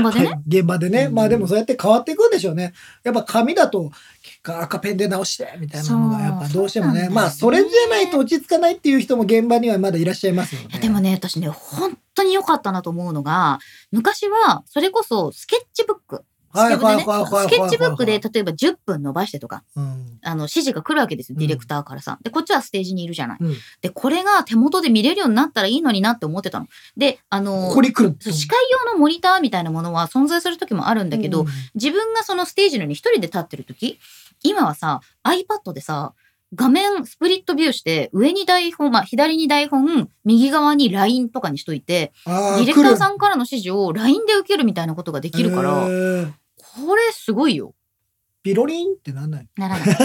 C: 場でね。
B: 現場でね、
C: うん
B: まあでもそうやって変わっていくんでしょうねやっぱ紙だと結果赤ペンで直してみたいなのが
C: そう
B: やっぱどうしても
C: そうなん
B: ね
C: だよね
B: まあそれじゃないと落ち着かないっていう人も現場にはまだいらっしゃいますよね
C: いやでもね私ね本当に良かったなと思うのが昔はそれこそスケッチブック
B: はいはいはいはいはい
C: スケッチブックで例えば10分伸ばしてとか
B: うん
C: あの指示が来るわけですよ
B: うん
C: ディレクターからさ、でこっちはステージにいるじゃない、
B: うん
C: でこれが手元で見れるようになったらいいのになって思ってたのであの
B: ここに来る
C: そう視界用のモニターみたいなものは存在する時もあるんだけど、
B: うん
C: 自分がそのステージのように一人で立ってる時今はさ iPad でさ画面スプリットビューして上に台本、まあ、左に台本右側に LINE とかにしといてデ
B: あ
C: ィレクターさ
B: ん
C: んからの指示を LINE で受けるみたいなことができるから、これすごいよ。
B: ピロリンってなんない
C: ならない。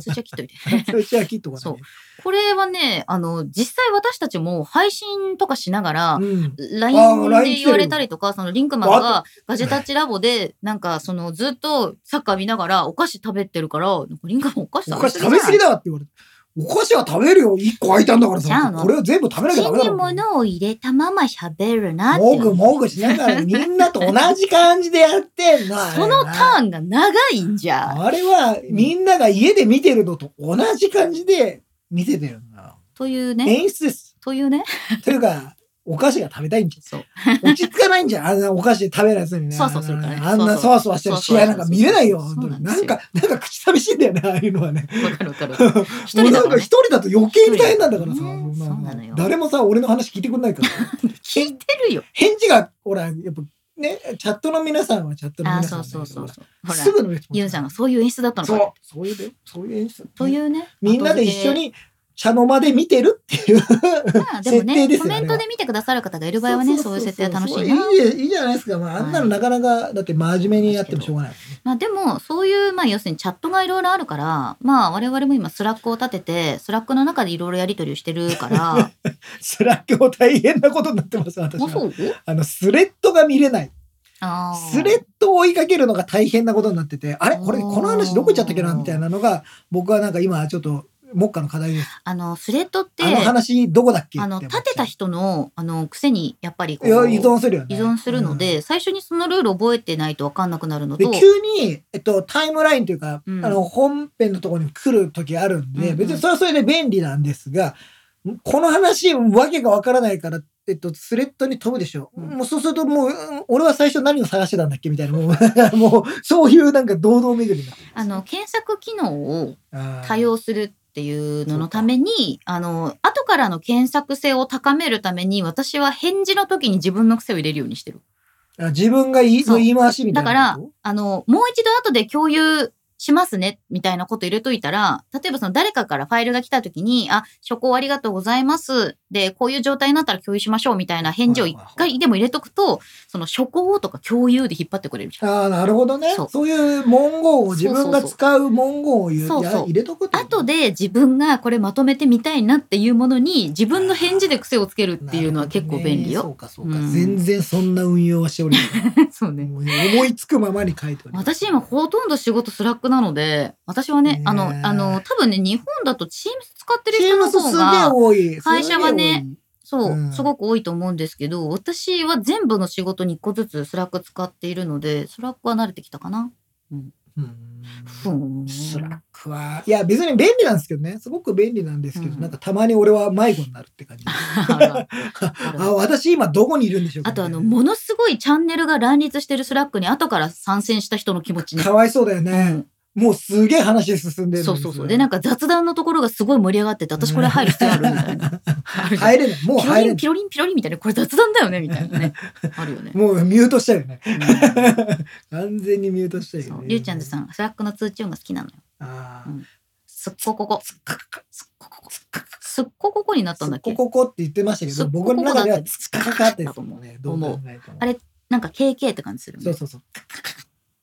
C: そっちは切っといて。
B: それじゃあきっとかね
C: そうこれはね、あの、実際私たちも配信とかしながら、
B: うん、あー
C: LINE で
B: LINE
C: 言われたりとか、そのリンクマンがガジェタッチラボで、なんかそのずっとサッカー見ながらお菓子食べてるから、なんかリンクマンお菓子
B: お
C: 食
B: 菓
C: べ
B: 子食べ過ぎ
C: だ
B: だわって言われてお菓子は食べるよ1個空いたんだから
C: じゃあ
B: さ
C: の
B: これを全部食べなきゃダメだ
C: 口に
B: ろ
C: 物を入れたまま喋るなって。
B: もぐもぐしながらみんなと同じ感じでやってんの。あれ
C: そのターンが長いんじゃ。
B: あれはみんなが家で見てるのと同じ感じで見せてるんだ。
C: というね。
B: 演出です。
C: というね。
B: という か、お菓子が食べたいんじ
C: そう。
B: ゃん。落ち着かないんじゃん。あんなお菓子食べないやつにね。
C: そわそわするからね
B: あんな
C: そ
B: そ
C: わ
B: わ
C: そ
B: そ
C: わ
B: わしてる試合なんか見れないよ。
C: そう
B: 本
C: そ
B: 当
C: うそう
B: にな
C: そうんなん
B: か、なんか口寂しいんだよね、ああいうのはね。
C: わかるわ かる。一人だ
B: もうな
C: か
B: んから一
C: ね。
B: 人だと余計に大変なんだからさ。
C: 一人
B: まあま
C: だからね
B: あ
C: そうなのよ
B: 誰もさ、俺の話聞いてくれない から。
C: 聞いてるよ。
B: 返事が、ほら、やっぱ、ね、チャットの皆さんはチャットの
C: あー、
B: 皆さん
C: そ
B: だ
C: う
B: け
C: そ
B: ど
C: うそうそう。ほら
B: す、ぐのレスポンス
C: ユンさんがそういう演出だったの
B: そ
C: か
B: う。そういうで、そういう演出。
C: というね。
B: みんなで一緒に茶の間で見てるっていう。
C: 後付け。まあでも
B: 設定
C: ね、
B: です
C: コ
B: よ
C: メントで見てくださる方がいる場合はね、そういう設定は楽しい
B: な
C: な。
B: いいじゃないですか。まあ、あんなのなかなか、だって真面目にやってもしょうがないもんね。
C: まあでも、そういう、まあ要するにチャットがいろいろあるから、まあ我々も今スラックを立てて、スラックの中でいろいろやり取りをして るから、
B: スラックも大変なことになってます、私
C: もうそ
B: は。
C: う
B: あの、スレッドが見れない。
C: あー
B: スレッドを追いかけるのが大変なことになってて、あれこれ、
C: あー
B: この話どこ行っちゃったっけなみたいなのが、僕はなんか今、ちょっと、目下の課題です。
C: あの、スレッドって、
B: あの話どこだっけ
C: あの、
B: って
C: 立てた人の、あの、癖に、やっぱりこ
B: いや
C: う、
B: 依存するよね。
C: 依存するので、最初にそのルール覚えてないと分かんなくなるの
B: で
C: と、
B: 急に、えっと、タイムラインというか、
C: うん
B: あの本編のところに来る時あるんで、
C: うんうん
B: 別にそれはそれで便利なんですがこの話わけがわからないから、えっと、スレッドに飛ぶでしょ、
C: うん
B: もうそうするともううん俺は最初何を探してたんだっけみたいなもう もうそういうなんか堂々巡りになって
C: あの、検索機能を
B: あー
C: 多用するっていうののために、あの、後からの検索性を高めるために、私は返事の時に自分の癖を入れるようにしてる。
B: あ自分が言い
C: そう
B: 言い回しみた
C: だ
B: い
C: か
B: な
C: ら
B: こと、
C: あの、もう一度後で共有しますね、みたいなこと入れといたら、例えばその誰かからファイルが来た時に、あ、初稿ありがとうございます。で、こういう状態になったら共有しましょうみたいな返事を一回でも入れとくと、その初稿とか共有で引っ張ってくれるじゃん。
B: ああ、なるほどね。
C: そう
B: そういう文言を、自分が使う文言を言う
C: そうそう
B: いや入れとくってこと
C: 後で自分がこれまとめてみたいなっていうものに自分の返事で癖をつけるっていうのは結構便利
B: なるほどねそ
C: よ。
B: うかそうか、
C: うん
B: 全然そんな運用はしておりません
C: そうね。
B: もう思いつくままに書いております
C: 私今ほとんど仕事スラックなので、私はね
B: ね、え
C: あの、あの、多分ね、日本だとチーム使ってる
B: チー
C: 人
B: ム
C: の
B: スす
C: 方
B: げえ
C: が、
B: 多い
C: 会社はねそう、
B: うん
C: すごく多いと思うんですけど、私は全部の仕事に1個ずつスラック使っているので、スラックは慣れてきたかな。
B: すげえ多い
C: ふ
B: うん
C: ーん
B: スラックはいや別に便利なんですけどねすごく便利なんですけど、
C: うん
B: なんかたまに俺は迷子になるって感じ
C: あらあら
B: あ私今どこにいるんでしょうか、
C: あとあの、ものすごいチャンネルが乱立してるスラックに後から参戦した人の気持ちね。
B: かわいそうだよね、もうすげえ話進んでるんです
C: そうそうそう。で、なんか雑談のところがすごい盛り上がってて、私これ入る必要あるみたい な。あるじゃん
B: 入れないもう
C: ピロ
B: 入
C: リ
B: れ
C: ン
B: な
C: ピロリンピロリンみたいな、これ雑談だよねみたいなね。あるよ ね
B: い。もうミュートしたよね
C: うん
B: 完全にミュートした
C: そ
B: よ
C: う
B: ね
C: ゆうちゃんずさんがスラックの通知音が好きなのよ。
B: あ
C: う
B: ー
C: んすっこここ。すっこここ。すっこここになったんだっけ
B: こここって言ってましたけ
C: そ
B: ど
C: う
B: 僕の中では
C: こここだった
B: つかかかってですもんねど
C: 思
B: う
C: う
B: 考えても
C: あれなんか KK って感じするよ
B: そう
C: ね。
B: そうそう
C: っ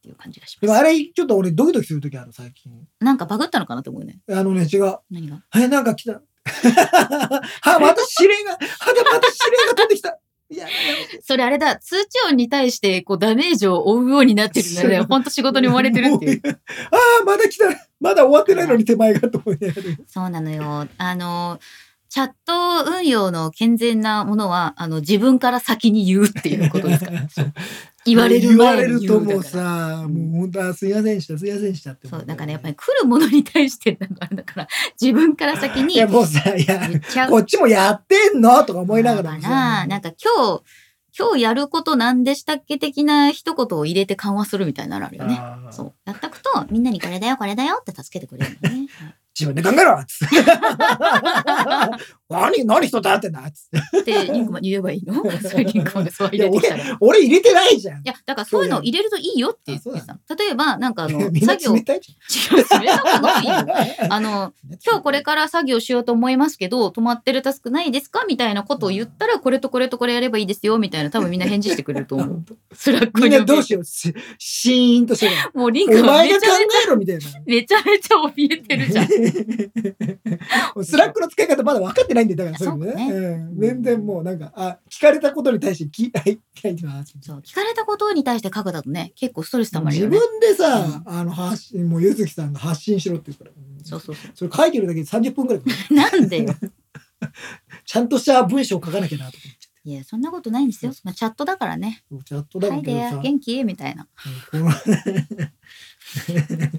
C: ていう感じがし
B: でも
C: ま
B: あれちょっと俺ドキドキする時ある最近
C: す。なんかバグったのかなと思うね。
B: あのね違う
C: 何が
B: えなんか来た はまた指令がはでまた指令が飛んできたいややめて
C: それあれだ、通知音に対してこうダメージを負うようになってるんだよね。
B: そう
C: ほんと仕事に追われて るっていう。
B: もああまだ来たまだ終わってないのに手前がと思いながら
C: そうなのよ。あの、チャット運用の健全なものは、あの、自分から先に言うっていうこ とですから。そう言われる
B: 言わ
C: 前
B: れ
C: に
B: る
C: 言
B: と
C: うだ
B: もう
C: から。
B: さ
C: うん
B: もう本当あすいませんでしたすいませんでしたって
C: そ
B: 思
C: う、なんかね、やっぱ
B: り
C: り来るものに対して、なんかあれだから、自分から先に
B: いや
C: 言
B: もうさいや
C: っちゃう
B: こ。っちもやってんのとか思いながらもさ
C: まあまあななんか今日、今日やることなんでしたっけ的な一言を入れて緩和するみたいなのあるよね。
B: あー
C: そう。やったくと、みんなにこれだよ、これだよって助けてくれる のね。
B: 自分で考えろっつ って。何、何人と会ってんだっつって。
C: で、リンクマンに言えば いいのそれリンクマンがそう入れてきたら。い
B: 俺入れてないじゃん。
C: や、だからそういうのを入れるといいよって言って
B: あそうな
C: さ。例えば、なんかあの、
B: みんな
C: 作業、違
B: 冷
C: う、
B: たいじ
C: それとかのいい
B: ゃ
C: よ
B: ん。
C: あの、今日これから作業しようと思いますけど、止まってるタスクないですかみたいなことを言ったら、これとこれとこれやればいいですよ、みたいな、多分みんな返事してくれると
B: あ
C: 思
B: 本
C: う。
B: 当
C: スラック
B: みん
C: にお
B: な
C: け
B: どうし よう。しシーンとしてる。
C: もうリンク
B: お
C: マン
B: 前
C: め
B: が
C: ち
B: 考
C: ゃめちゃ
B: えろみたいな。
C: めちゃめちゃ怯えてる じゃん。
B: スラックの使い方まだ分かってないんで、だからそういうの
C: そ
B: ね。
C: う
B: うん全然もうなんか、あ、聞かれたことに対して聞いはい書いてます。
C: そう聞かれたことに対して書くだとね、結構ストレス溜まる
B: 自
C: よね。
B: 分でさ、あの発信、もうゆずきさんが発信しろって言うから。
C: そうそうそ
B: それ書いてるだけで30分くらいかかる。
C: う。な んでよ。
B: ちゃんとした文章を書かなきゃなと
C: いや、そんなことないんですよ。まあ、チャットだからね。
B: 思って。チャットだ
C: はい
B: けど
C: で
B: さ、、
C: 元気みたいな。
B: うんこ の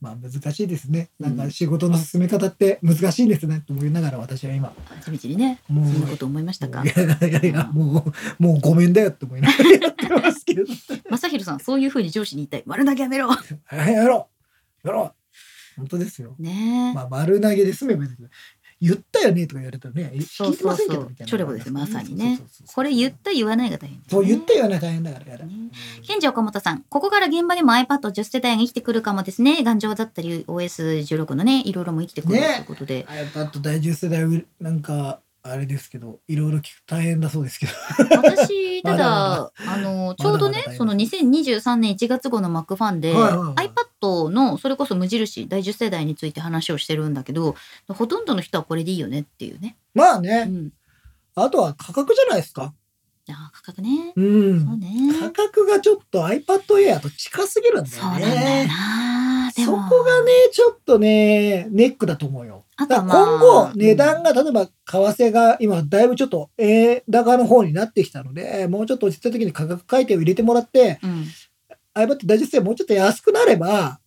B: まあ難しいですね。なんか仕事の進め方って難しいですねと思いながら私は今、
C: あ地道にね、そう
B: もう
C: いうこと思いましたか
B: い。やいやいやもうもうごめんだよって思いながらやってますけど、
C: まさひろさん、そういうふうに上司に言いたい。丸投げやめろ。
B: はいやろうやろう本当ですよ。
C: ねえ。
B: まあ丸投げで済めばいいんだけど、言ったよねとか言われたらね、え
C: そ
B: 聞
C: う
B: いて
C: そ
B: ま
C: う
B: せんけ
C: そ
B: ど
C: う
B: みたい。な。
C: チョレボですよ、まさにね
B: そうそうそう。そう
C: これ言った言わないが大変、ね。
B: そう言ったよね大変だからやだ。
C: ね賢治岡本さん、ここから現場でも iPad10 世代が生きてくるかもですね。頑丈だったり、OS16 のね、いろいろも生きてくると
B: ね
C: いうことで。
B: iPad 第10世代なんかあれですけどいろいろ聞く大変だそうですけど
C: 私、ただ、
B: まだ
C: あの、ちょうどね
B: まだまだだ、よ
C: その2023年1月号の Mac ファンで、
B: はいはいはい
C: iPad の、それこそ無印、第10世代について話をしてるんだけど、ほとんどの人はこれでいいよねっていうね。
B: まあ
C: う
B: ね
C: ん。
B: あとは価格じゃないですか
C: あー価格ね。
B: う
C: そうん
B: 価
C: ね。
B: 格がちょっと iPad Air と近すぎるんだ
C: そう
B: よ
C: なんだよ
B: ね
C: な。で
B: そこ
C: も、
B: がねちょっとねネックだと思うよ
C: あと
B: だ
C: は
B: から
C: まあ
B: 今後値段が例えば為替が今だいぶちょっと円高の方になってきたのでもうちょっと落ち着いた時に価格改定を入れてもらって
C: うん。
B: iPad 大10世代もうちょっと安くなれば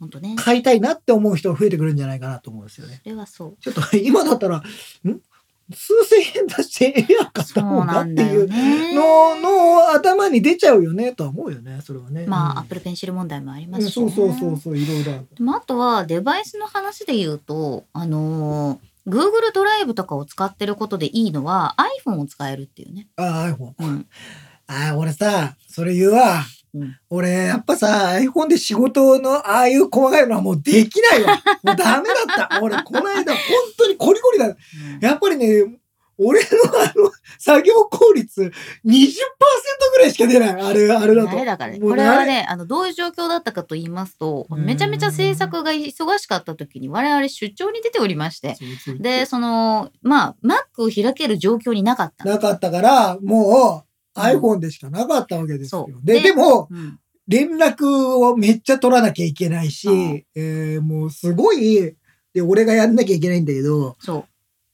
C: 本当ね。
B: 買いたいなって思う人が増えてくるんじゃないかなと思うんですよね
C: それはそう。
B: ちょっと 今だったら、ん数千円出してエア買っ
C: そ
B: た方
C: う
B: が
C: な
B: っ
C: ん
B: て
C: だ
B: い
C: よ
B: う
C: ね。
B: のの頭に出ちゃうよねとは思うよね、それはね。
C: まあ、ア
B: う
C: ッ
B: ん
C: プルペンシル問題もありま
B: うん
C: すし、ね。
B: そうそうそうそう、いろいろある。
C: でもあとはデバイスの話で言うと、あのー Google ドライブとかを使ってることでいいのは iPhone を使えるっていうね。
B: ああ、iPhone。
C: うん。
B: ああ、俺さ、それ言うわ。
C: うん
B: 俺、やっぱさ、iPhone で仕事のああいう細かいのはもうできない よ。もうダメだった。俺、この間、本当にコリコリだ。やっぱりね、俺のあの、作業効率20%ぐらいしか出ない。あれ、あれだと。
C: 慣れだからね。
B: もう
C: こ
B: 慣れ
C: れはね、あの、どういう状況だったかと言いますと、
B: うん
C: めちゃめちゃ制作が忙しかった時に我々出張に出ておりまして、
B: そうそう
C: で、その、まあ、Mac を開ける状況になかった。
B: なかったから、もう
C: うん
B: iPhone でしかなかったわけですよ
C: そ。う
B: で、
C: で
B: でも、
C: うん
B: 連絡をめっちゃ取らなきゃいけないし、
C: うん
B: えーもうすごい、で、俺がやんなきゃいけないんだけど、
C: そ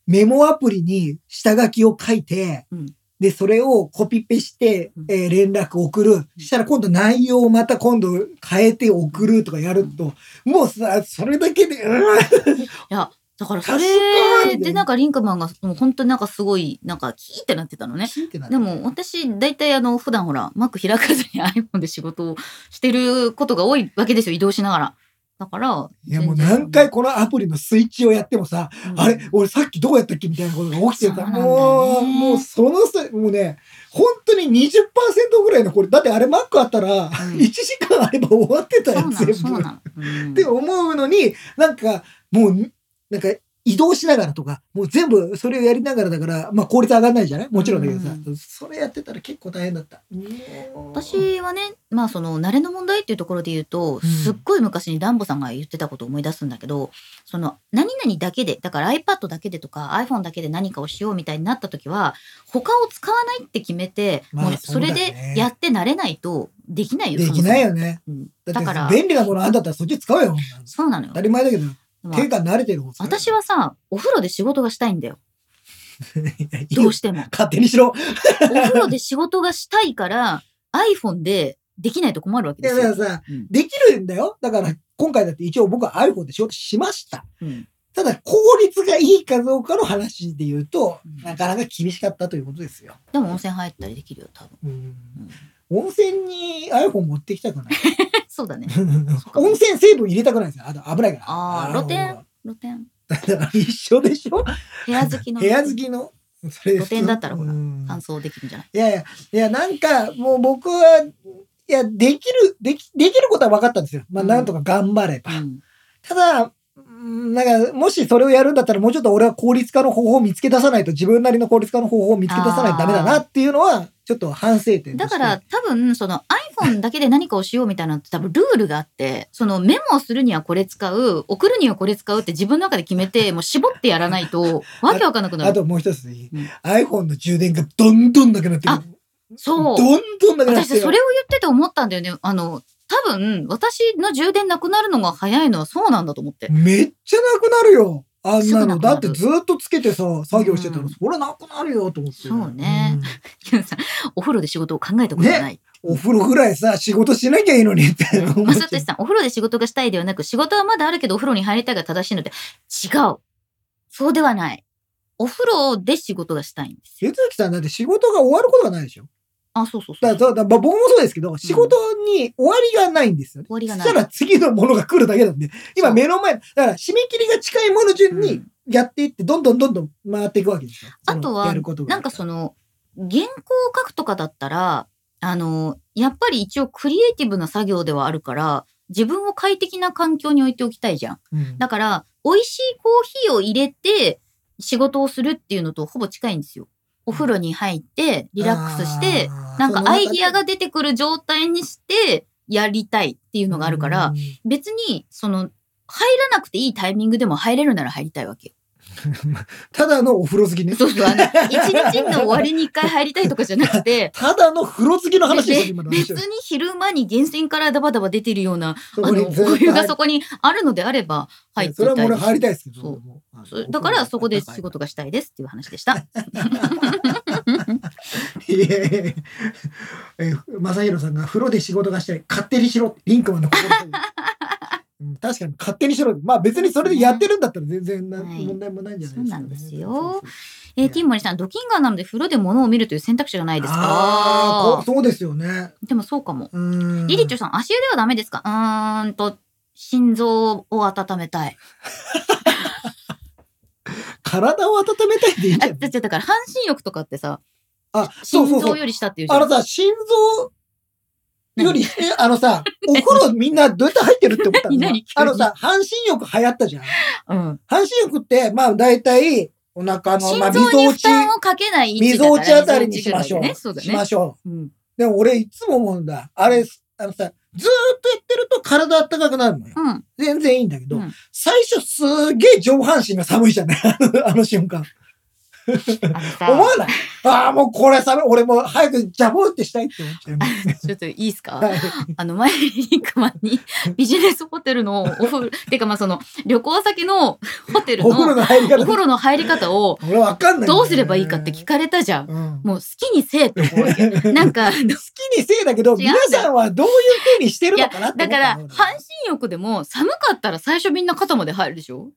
B: メモアプリに下書きを書いて、
C: うん
B: で、それをコピペして、
C: うん
B: えー連絡送る。したら今度内容をまた今度変えて送るとかやると、もうさ、それだけで、うわ
C: う。だから、そ
B: 賢いみた
C: れ
B: いな
C: で、なんか、リンクマンが、もう本当になんかすごい、なんか、キーってなってたのね。
B: ーってなる
C: でも、私、大体、あの、普段ほら、Mac 開かずに iPhone で仕事をしてることが多いわけですよ、移動しながら。だから、
B: いやもう
C: 全然
B: 何回このアプリのスイッチをやってもさ、
C: うん
B: あれ俺さっきどうやったっけみたいなことが起きてた。
C: そうなんだね
B: もう、もうそのさ、もうね、本当に20%ぐらいのこれ、だってあれ Mac あったら、
C: ん
B: 1時間あれば終わってた
C: そ
B: よ、
C: うなの、
B: 全
C: そう
B: 部。っ
C: なの。 うん
B: て思うのに、なんか、もう、なんか、移動しながらとか、もう全部それをやりながらだから、まあ効率上がんないじゃないもちろんだけどさ、それやってたら結構大変だった。
C: 私はね、まあその慣れの問題っていうところで言うと、
B: うん
C: すっごい昔にダンボさんが言ってたことを思い出すんだけど、その何々だけで、だから iPad だけでとか iPhone だけで何かをしようみたいになった時は、他を使わないって決めて、
B: まあ
C: もうそれ
B: そうだね
C: でやって慣れないとできないよ。
B: できないよね。
C: そもそも。うん
B: だ
C: だ
B: って
C: か
B: さ
C: ら、
B: 便利なものあんだったらそっち使うよ。
C: そうなのよ
B: 当た。り前だけど、
C: まあ
B: 手が慣れてるもん。それ
C: 私はさ、お風呂で仕事がしたいんだよ。
B: いやいいよ
C: どうしても。
B: 勝手にしろ。
C: お風呂で仕事がしたいから、iPhone でできないと困るわけ
B: い
C: で
B: や
C: す
B: だ
C: よ。
B: からさ、
C: うん
B: できるんだよ。だから、今回だって一応僕は iPhone で仕事しました。
C: うん
B: ただ、効率がいいかどうかの話で言うと、
C: うん
B: なかなか厳しかったということですよ。
C: でも温泉入ったりできるよ、多 分。
B: うん
C: うん
B: 温泉に iPhone 持ってきたくない。
C: そうだね。
B: 温泉成分入れたくないんですよ。あと危ないから。
C: あー
B: の
C: 露天露天。
B: だから一緒でしょ
C: 部屋好きの
B: 部屋好きの。それ
C: 露天だったらほら
B: うん
C: 乾燥できるんじゃない
B: いやいや、いや、なんか、もう僕は、いや、できる、でき、できることは分かったんですよ。まあ、
C: うん
B: なんとか頑張れば。
C: うん
B: ただ、うんなんか、もしそれをやるんだったら、もうちょっと俺は効率化の方法を見つけ出さないと、自分なりの効率化の方法を見つけ出さないとダメだなっていうのは、ちょっと反省点と
C: だ
B: して。
C: から、多分その iPhone だけで何かをしようみたいなのって多分ルールがあってそのメモをするにはこれ使う送るにはこれ使うって自分の中で決めてもう絞ってやらな いとわけわかんなくな
B: あ
C: る。
B: ともう一ついい、
C: うん
B: iPhone の充電がどんどんなくなってくる
C: あ。そう
B: どんどんなくなってく
C: 私
B: る。
C: それを言ってて思ったんだよね。あの多分私の充電なくなるのが早いのはそうなんだと思って。
B: めっちゃなくなるよ。あん
C: す
B: な
C: ぐな
B: の。
C: く
B: だ
C: なる
B: ってずっとつけてさ、作業してたら、
C: うん
B: それなくなるよと思って。
C: そうね
B: ん
C: キュンさんお風呂で仕事を考えたことがない。
B: お風呂ぐらいさ、仕事しなきゃいいのにって思っ
C: ま
B: ちゃ
C: さとしさん、お風呂で仕事がしたいではなく、仕事はまだあるけどお風呂に入りたいが正しいので、違う。そうではない。お風呂で仕事がしたいんですよ。
B: ゆずきさんだって仕事が終わることがないでしょ
C: あ、そうそうそう。
B: だからそうだ、まあ、僕もそうですけど、仕事に終わりがないんですよね。
C: 終わりがない
B: そしたら次のものが来るだけなんで、今
C: そう
B: 目の前、だから締め切りが近いもの順
C: う
B: に
C: ん
B: やっていって、どんどんどんどん回っていくわけですよ。
C: あとは
B: そのやることが
C: なんかその、原稿を書くとかだったら、あの、やっぱり一応クリエイティブな作業ではあるから、自分を快適な環境に置いておきたいじゃん。
B: うん
C: だから、美味しいコーヒーを入れて仕事をするっていうのとほぼ近いんですよ。お風呂に入って、リラックスして、、
B: あー
C: なんかアイディ
B: そ
C: ア、
B: の中
C: が出てくる状態にしてやりたいってい
B: で
C: うのがあるから、、別にその入らなくていいタイミングでも入れるなら入りたいわけよ。
B: ただのお風呂好きね。、
C: そうそう、あの、一日の終わりに一回入りたいとかじゃなくて
B: ただの風呂好きの話ですよ、
C: 別
B: 今の話。
C: に昼間に源泉からダバダバ出てるような、
B: そ
C: あ
B: こに
C: の、
B: ずっと
C: お湯がそこにあるのであれば入って
B: そ
C: い
B: れは
C: た
B: も
C: いう
B: 俺
C: です
B: 入りたいですけど。
C: そう
B: もうあの
C: そうだからそこで仕事がしたいですっていう話でした。
B: いやいやいやえー、正宏さんが風呂で仕事がしたい。勝手にしろって。リンクマンの心にうん確かに勝手にしろって。まあ別にそれでやってるんだったら全然な、
C: はい
B: 問題もないんじゃないですか、ね。
C: そう
B: そ
C: なん
B: うそうそう
C: えー、ティンモリさん、ドキンガーなので風呂で物を見るという選択肢がないです
B: あー
C: か
B: こそうですよね。
C: でもそうかも。
B: うん。
C: リリチョさん、足湯ではダメですかうーんと、心臓を温めたい。
B: 体を温めたいって言っち
C: あ、
B: ゃう
C: だ。ってだから半身浴とかってさ、
B: あ、そうそ
C: 心
B: うそ
C: 臓
B: う。
C: より下っていうじゃ
B: あ
C: ん
B: のさ、心臓
C: 何
B: より、えあのさ、お風呂みんなどうやって入ってるって思ったの
C: 何
B: あのさ、半身浴流行ったじゃん。
C: うん。
B: 半身浴って、まあ大体、お腹の、
C: 心
B: まあ、
C: 臓に負
B: ち、
C: 担をかけない位置
B: 溝
C: だから
B: 落ちあたりにしましょう。
C: ね、そうだ
B: しま
C: ね。
B: しょ
C: うん。
B: う。でも俺いつも思うんだ。あれ、あのさ、ずーっとやってると体暖かくなるのよ。
C: うん。
B: 全然いいんだけど、
C: うん
B: 最初すげえ上半身が寒いじゃない あのあの瞬間。
C: あの
B: 思
C: さ、
B: わないああ、もうこれ寒い。俺もう早くジャボってしたいって思っちゃう。
C: ちょっといいですか
B: はい
C: あの、前にリンクマンにビジネスホテルのお風呂、てかまあその旅行先のホテルの
B: お風呂の入り
C: お風
B: 方。
C: 呂の入り方を
B: 俺わかんない。
C: どうすればいいかって聞かれたじゃん。
B: うん
C: もう好きにせえって思うよ。
B: 好
C: なんか、
B: きにせいだけど、
C: 違うんだ
B: 皆
C: よ
B: さんはどういうふうにしてるのかなって思
C: だ
B: っ
C: から
B: た
C: 半
B: の
C: 身浴でも寒かったら最初みんな肩まで入るでしょ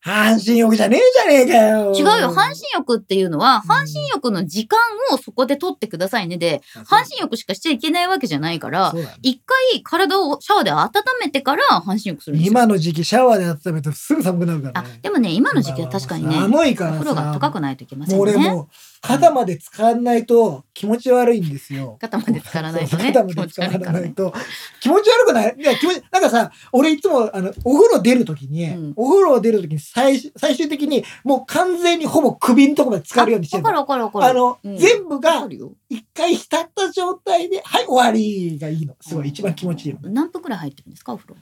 B: 半身浴じゃねえじゃねえかよ。
C: 違うよ。半身浴っていうのは、
B: ん
C: 半身浴の時間をそこで取ってくださいねで、半身浴しかしちゃいけないわけじゃないから、
B: そうだね
C: 一回体をシャワーで温めてから半身浴するんですよ。
B: 今の時期シャワーで温めるとすぐ寒くなるから
C: あ
B: ね。、
C: でもね、今の時期は確かにね、
B: 寒い
C: お
B: からさ。
C: 風呂が高くないといけません
B: もう
C: よ
B: 俺
C: ね。
B: もう肩まで使わないと気持ち悪いんですよ。
C: 肩まで浸からないとね。
B: 肩
C: 気
B: ま
C: 持
B: で
C: ち
B: 使わ
C: 悪いから
B: ない
C: ね。
B: と気持ち悪くないいや気持ちなんかさ俺いつもあのお風呂出るときに、
C: うん
B: お風呂出るときに最終最終的にもう完全にほぼ首のとこまで浸かるようにして
C: あ
B: る
C: わかる
B: の
C: わかるわかる。
B: あの、
C: うん
B: 全部
C: わか
B: が
C: るよ
B: 一回浸った状態ではい終わりがいいのすごい一番気持ちいいの、
C: 何分くらい入ってるんですかお風呂。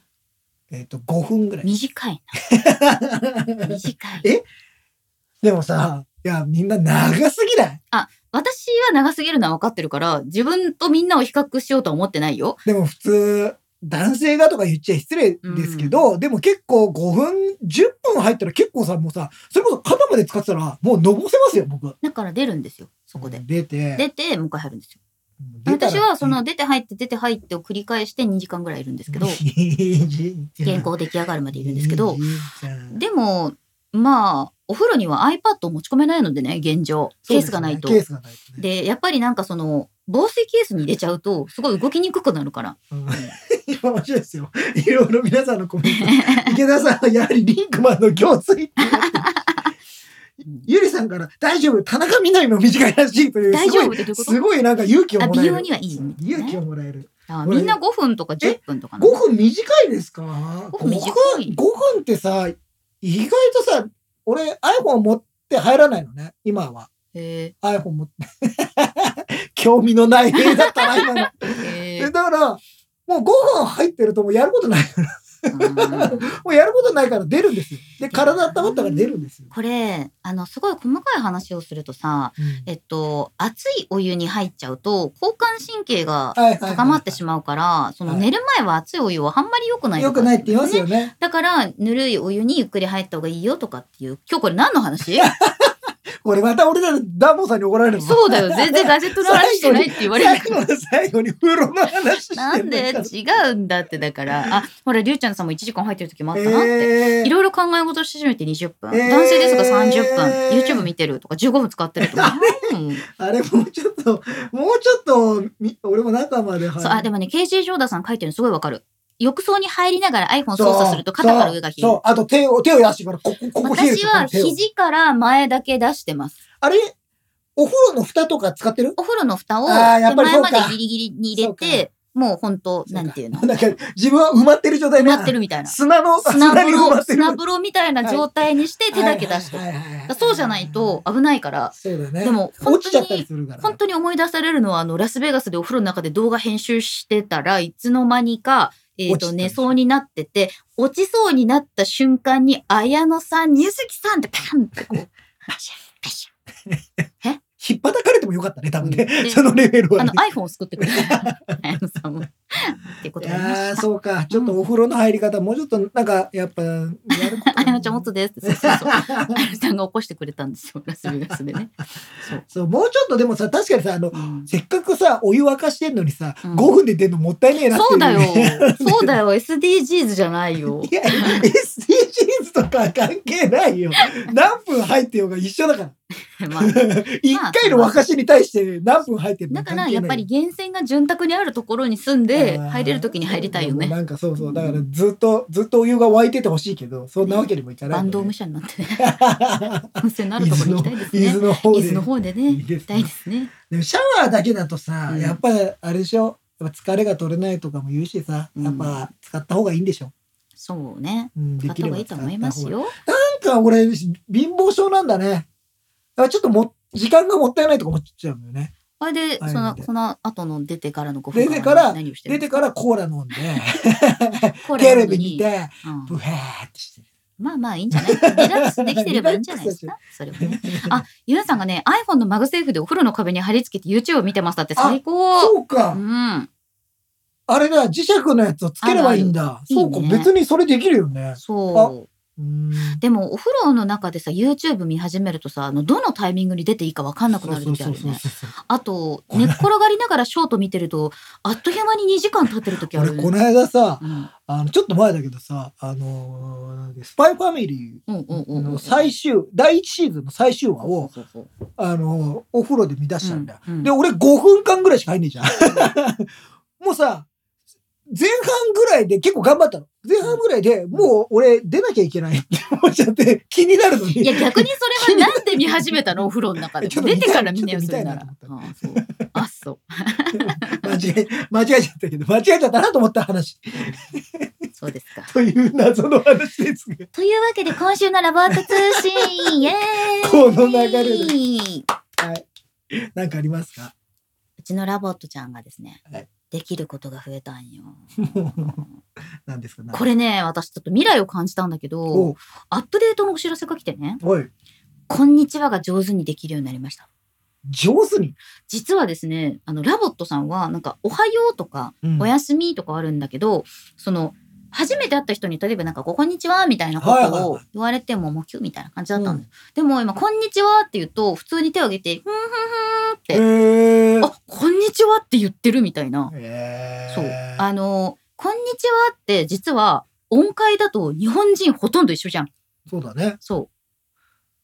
B: えっ、と5分ぐらい
C: 短い な。短い。
B: えでもさいやみんな長すぎない
C: 私は長すぎるのは分かってるから、自分とみんなを比較しようとは思ってないよ。
B: でも普通男性がとか言っちゃ失礼ですけど、でも結構5分10分入ったら結構さもうさそれこそ肩まで使ってたらもうのぼせますよ僕
C: だから出るんですよ。そこで。
B: 出て
C: 出て、もう一回入るんですよ。
B: 出たら
C: 私はその出て入って出て入ってを繰り返して2時間ぐらいいるんですけ ど、原稿出来上がるまでいるんですけど、でも、まあ、お風呂には iPad を持ち込めないのでね、現状。ケースがないと。
B: ケースがないとね
C: で、やっぱりなんかその、防水ケースに入れちゃうと、すごい動きにくくなるから。
B: うん今面白いですよいろいろ皆さんのコメント池田さんはやはりリンクマンの行水って言ってゆりさんから大丈夫田中みな実も短いらしいという
C: 大丈夫っ
B: す
C: て
B: ご
C: どういう
B: い
C: こ
B: すごいなんか勇気を
C: とあ、
B: もら
C: 美
B: える
C: 容にはいいみたいな
B: 勇気
C: ね
B: をもらえる。
C: あみんな5分とか10分とかな
B: 5分短いですか5
C: 分短
B: 5
C: い
B: 分ってさ、意外とさ、俺 iPhone 持って入らないのね、今は。
C: へ
B: iPhone 持って。 興味のない例だったな、今の。
C: えへ
B: え
C: え
B: だから、もう5分入ってるともうやることない。
C: うん
B: もうやることないから出るんですよ。で、体温まったから出るんですよ。
C: これあのすごい細かい話をするとさ
B: うん
C: えっと熱いお湯に入っちゃうと交感神経が
B: はいはいはい
C: 高まってしまうからその
B: はい
C: 寝る前は熱いお湯はあんまり良くない
B: よくないって言いますよね。
C: だからぬるいお湯にゆっくり入った方がいいよとかって いう今日これ何の話
B: 俺また俺らのダンボさんに怒られるの
C: そうだよ全然ガジェットの話してないって言われ
B: 最
C: る
B: 後の最後に風呂の話して
C: なんで
B: だから
C: 違うんだってだからあほらりゅうちゃんさんも1時間入ってる時もあったなって。
B: えー
C: いろいろ考え事し始めて20分、
B: えー
C: 男性ですが30分 YouTube 見てるとか15分使ってるとか、うん
B: あれもうちょっと、もうちょっとみ、俺も中まで入る
C: そうあでもね KJ ジョーダさん書いてるのすごいわかる浴槽に入りながら iPhone 操作すると肩から上が冷え
B: そうそ
C: る
B: う、あと手を、手を出してから、ここ、ここ冷えるで
C: 私
B: しょ
C: は。
B: この手を
C: 肘から前だけ出してます
B: あれお風呂の蓋とか使ってる
C: お風呂の蓋を
B: あーや
C: 手
B: っぱり
C: 前
B: そう
C: ま
B: か
C: でギリギリに入れてもう本当なんていうの
B: なんか、自分は埋まってる状態
C: 埋
B: ね
C: まってるみたいな
B: 砂の、
C: 砂
B: 砂に
C: 風
B: 埋ま
C: 呂
B: ってる
C: 砂。風呂みたいな状態にして手だけ出して
B: は
C: る
B: いはいはいはい
C: だそうじゃないと、危ないから
B: そうだね。
C: でも本
B: 落ちち
C: 当
B: ゃったり
C: に
B: するから。
C: 本当に思い出されるのはあのラスベガスでお風呂の中で動画編集してたらいつの間にか、えー、
B: 落ち
C: と
B: たん
C: 寝
B: です
C: そうになってて落ちそうになった瞬間に綾野さん柚木さんってパンってこうパシャパシ
B: 引っ張かれてもよかったね、多分ね
C: うんで。
B: そのレベル
C: ャあ
B: はね
C: の。iPhone を作ってくれ た綾野さんもってこと
B: い
C: になりま
B: やー
C: した
B: そうか。ちょっとお風呂の入り方、もうちょっと、なんか、やっ ぱ、やること
C: 綾野ちゃんおっとですってそうそうそう綾野さんが起こしてくれたんですよラスベガス でねそう、
B: そう、もうちょっとでもさ、確かにさ、あの、
C: うん
B: せっかくさ、お湯沸かしてんのにさ、
C: うん
B: 5分で出るのもったいねえな ってい
C: そうだよ
B: ね
C: そうだ よ SDGs じゃないよ
B: いや、SDGs とか関係ないよ。何分入ってようが一緒だから。
C: まあ
B: 一回の沸かしに対して何分入ってるの
C: だ
B: か
C: か
B: 関係な
C: ら
B: い
C: やっぱり源泉が潤沢にあるところに住んで
B: あー
C: 入れる時に入りたいよ
B: もう
C: ね。
B: なんかそうそう。だからずっと、ずっとお湯が沸いててほしいけど、そんなわけにもいかない、
C: バンド
B: ね
C: 無。者になってね 温泉のある
B: 伊
C: ところ
B: 豆
C: に行
B: の
C: きたい
B: 伊
C: ですね
B: 豆の方
C: 伊
B: で
C: 豆の方でね
B: いい
C: 行
B: です
C: き
B: ね
C: たいですね
B: でもシャワーだけだとさ、
C: うん
B: やっぱりあれでしょやっぱ疲れが取れないとかも言うしさ、
C: うん
B: やっぱ使った方がいいんでしょ。
C: そうね。
B: うん、で
C: 使っ
B: き
C: た
B: れ
C: 方が
B: ば
C: いいと思いますよ。
B: なんか俺、貧乏症なんだね。あちょっとも、時間がもったいないとか思っちゃうんだよね。
C: あれで、
B: はい
C: その、
B: で
C: その後の出てからの5分
B: 出てから
C: 何をしてる
B: 出
C: の
B: てからコーラ飲んで、
C: これ
B: テ
C: なの
B: レ
C: に
B: ビ見て、
C: うん
B: ブヘーってして。
C: まあまあいいんじゃないリラックスできてればいいんじゃないですかそれはね。あ、ゆなさんがね、iPhone のマグセーフでお風呂の壁に貼り付けて YouTube を見てましたって最高
B: そうか、
C: うん。
B: あれだ、磁石のやつをつければいいんだ。
C: る
B: そうか
C: いいね
B: 別にそれできるよね。
C: そう。
B: うん
C: でもお風呂の中でさ YouTube 見始めるとさあのどのタイミングに出ていいか分かんなくなる時あるよね
B: そうそうそうそう
C: あと寝っ転がりながらショート見てるとあっという間に2時間経ってる時あ
B: 俺
C: るよ
B: こ
C: ね
B: の間さ
C: うん
B: あのちょっと前だけどさ「あのースパイファミリ
C: うんうん
B: ー」
C: うんう
B: の
C: ん
B: 最終第1シーズンの最終話
C: そう
B: を、
C: そうそう
B: あのーお風呂で見出したんだよ、
C: うんうん
B: で俺5分間ぐらいしか入んねえじゃ んもうさ前半ぐらいで結構頑張ったの前半ぐらいでもう俺出なきゃいけないって思っちゃって気になるのに
C: いや逆にそれはなんで見始め たのお風呂の中で
B: ちょっと見
C: 出
B: たい
C: てから見なよ
B: ちょっ
C: そ
B: と見た
C: れ
B: い
C: な
B: な
C: ら
B: と
C: あそうあそう
B: 間違え間違えちゃったけど間違えちゃったなと思った話
C: そうですか
B: という謎の話 ですが
C: というわけで今週のラボアート通信イエーイ
B: この流れで何かありますか
C: うちのラボットちゃんがですね、
B: はい
C: できることが増えたんよ
B: 何ですかね
C: これね私ちょっと未来を感じたんだけ
B: お
C: どアップデートのお知らせが来てね
B: おい
C: 「こんにちは」が上手にできるようになりました
B: 上手に、
C: 実はですねあのラボットさんはなんか「おはよう」とか「おやすみ」とかあるんだけど、その初めて会った人に例えばなんか「こんにちは」みたいなこ
B: はいはい
C: と
B: は
C: を言われてももうキュみたいな感じだ
B: だ
C: ったんです、でも今「こんにちは」って言うと普通に手を挙げて「ふんふんふん」って
B: へえ
C: あ、こんにちはって言ってるみたいな。
B: へー
C: そう。あの、こんにちはって実は音階だと日本人ほとんど一緒じゃん。
B: そうだね
C: そ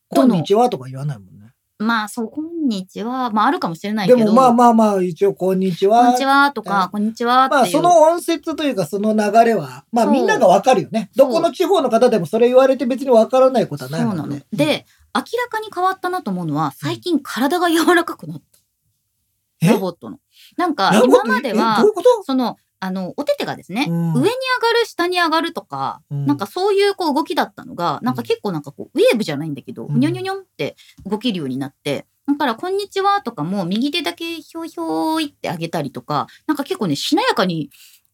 B: こ
C: ど
B: ん
C: の
B: にちはとか言わないもんね
C: う。まあそう、こんにちは。まああるかもしれないけ
B: で
C: ど。
B: もまあまあまあ一応こんにちは
C: こんにちはと
B: う
C: か、こんにちはっていう。
B: まあその音節というかその流れはまあ
C: そう
B: みんながわかるよね
C: そ
B: ど
C: う
B: この地方の方でもそれ言われて別にわからないことはないも
C: そうなんの
B: ね。
C: で、明らかに変わったなと思うのは、最近体が柔らかくなっ
B: え
C: た。ロボットの。なんか
B: ラボッ
C: 今
B: ト
C: まで
B: え
C: は
B: どうい、うこと
C: その、あの、お手手がですね、
B: うん
C: 上に上がる、下に上がるとか、
B: うん
C: なんかそういうこう動きだったのが、なんか結構なんかこう、ウェーブじゃないんだけど、
B: うん
C: にょにょにょんって動けるようになって、だから、こんにちはとかも、右手だけひょいひょいってあげたりとか、なんか結構ね、しなやかに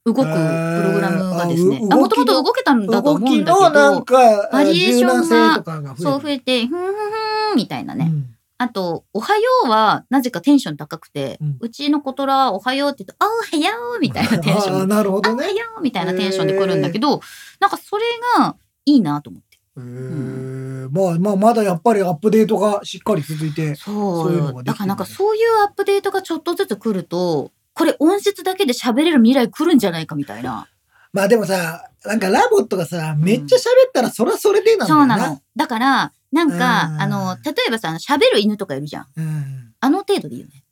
C: 動くプログラムがです
B: へ
C: ね
B: ー、あう
C: あ、もと
B: 動きの
C: もと動けたんだと
B: 動
C: 思う
B: き
C: んだ
B: の
C: け
B: なん
C: ど、
B: か
C: バリエーションが
B: 柔軟性とかが増える
C: そう増えて、ふんふんふんみたいなね。
B: うん
C: あと、おはようは、なぜかテンション高くて、
B: う
C: うんちの子トラはおはようって言うと、おはようみたいなテンション
B: あーなるほ
C: あ
B: ど
C: おは
B: ね。
C: ようみたいなテンションで来るんだけど、なんかそれがいいなと思って。
B: へーまあまあまだやっぱりアップデートがしっかり続いて
C: そ
B: そう
C: う
B: いう
C: よ
B: のがで
C: だ
B: きて
C: か
B: るんだ
C: ら
B: ね
C: なんかそういうアップデートがちょっとずつ来ると、これ音質だけで喋れる未来来るんじゃないかみたいな。
B: まあでもさなんかラボットがさめっちゃ喋ったらそらそれでなんだ
C: そ
B: よ
C: う
B: な。
C: なの。だから、なんか、
B: うん
C: あの、例えばさ、あの喋る犬とかいるじゃん。
B: うん
C: あの程度でいいよね。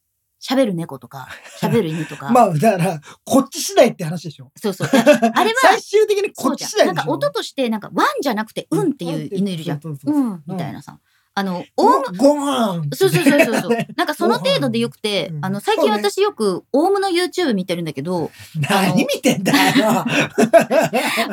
C: 喋る猫 とか、喋る犬とか。
B: まあだからこっち次第って話でしょ。
C: そうそう。いやあれは
B: 最、終的にこ
C: そう
B: っ
C: じ
B: ち
C: ゃ
B: 次第
C: ん。
B: で
C: な
B: しょ
C: んか音として、なんか、ワンじゃなくて、うんっていう犬いるじゃん。
B: そうそうそう
C: うん、みたいなさ。あの、オウム、
B: ごご飯
C: そうそうそうそうそう。なんかその程度でよくて
B: う、ん
C: あの、最近
B: そうね
C: 私よく、オウムの YouTube 見てるんだけ ど、
B: 何見てんだよ。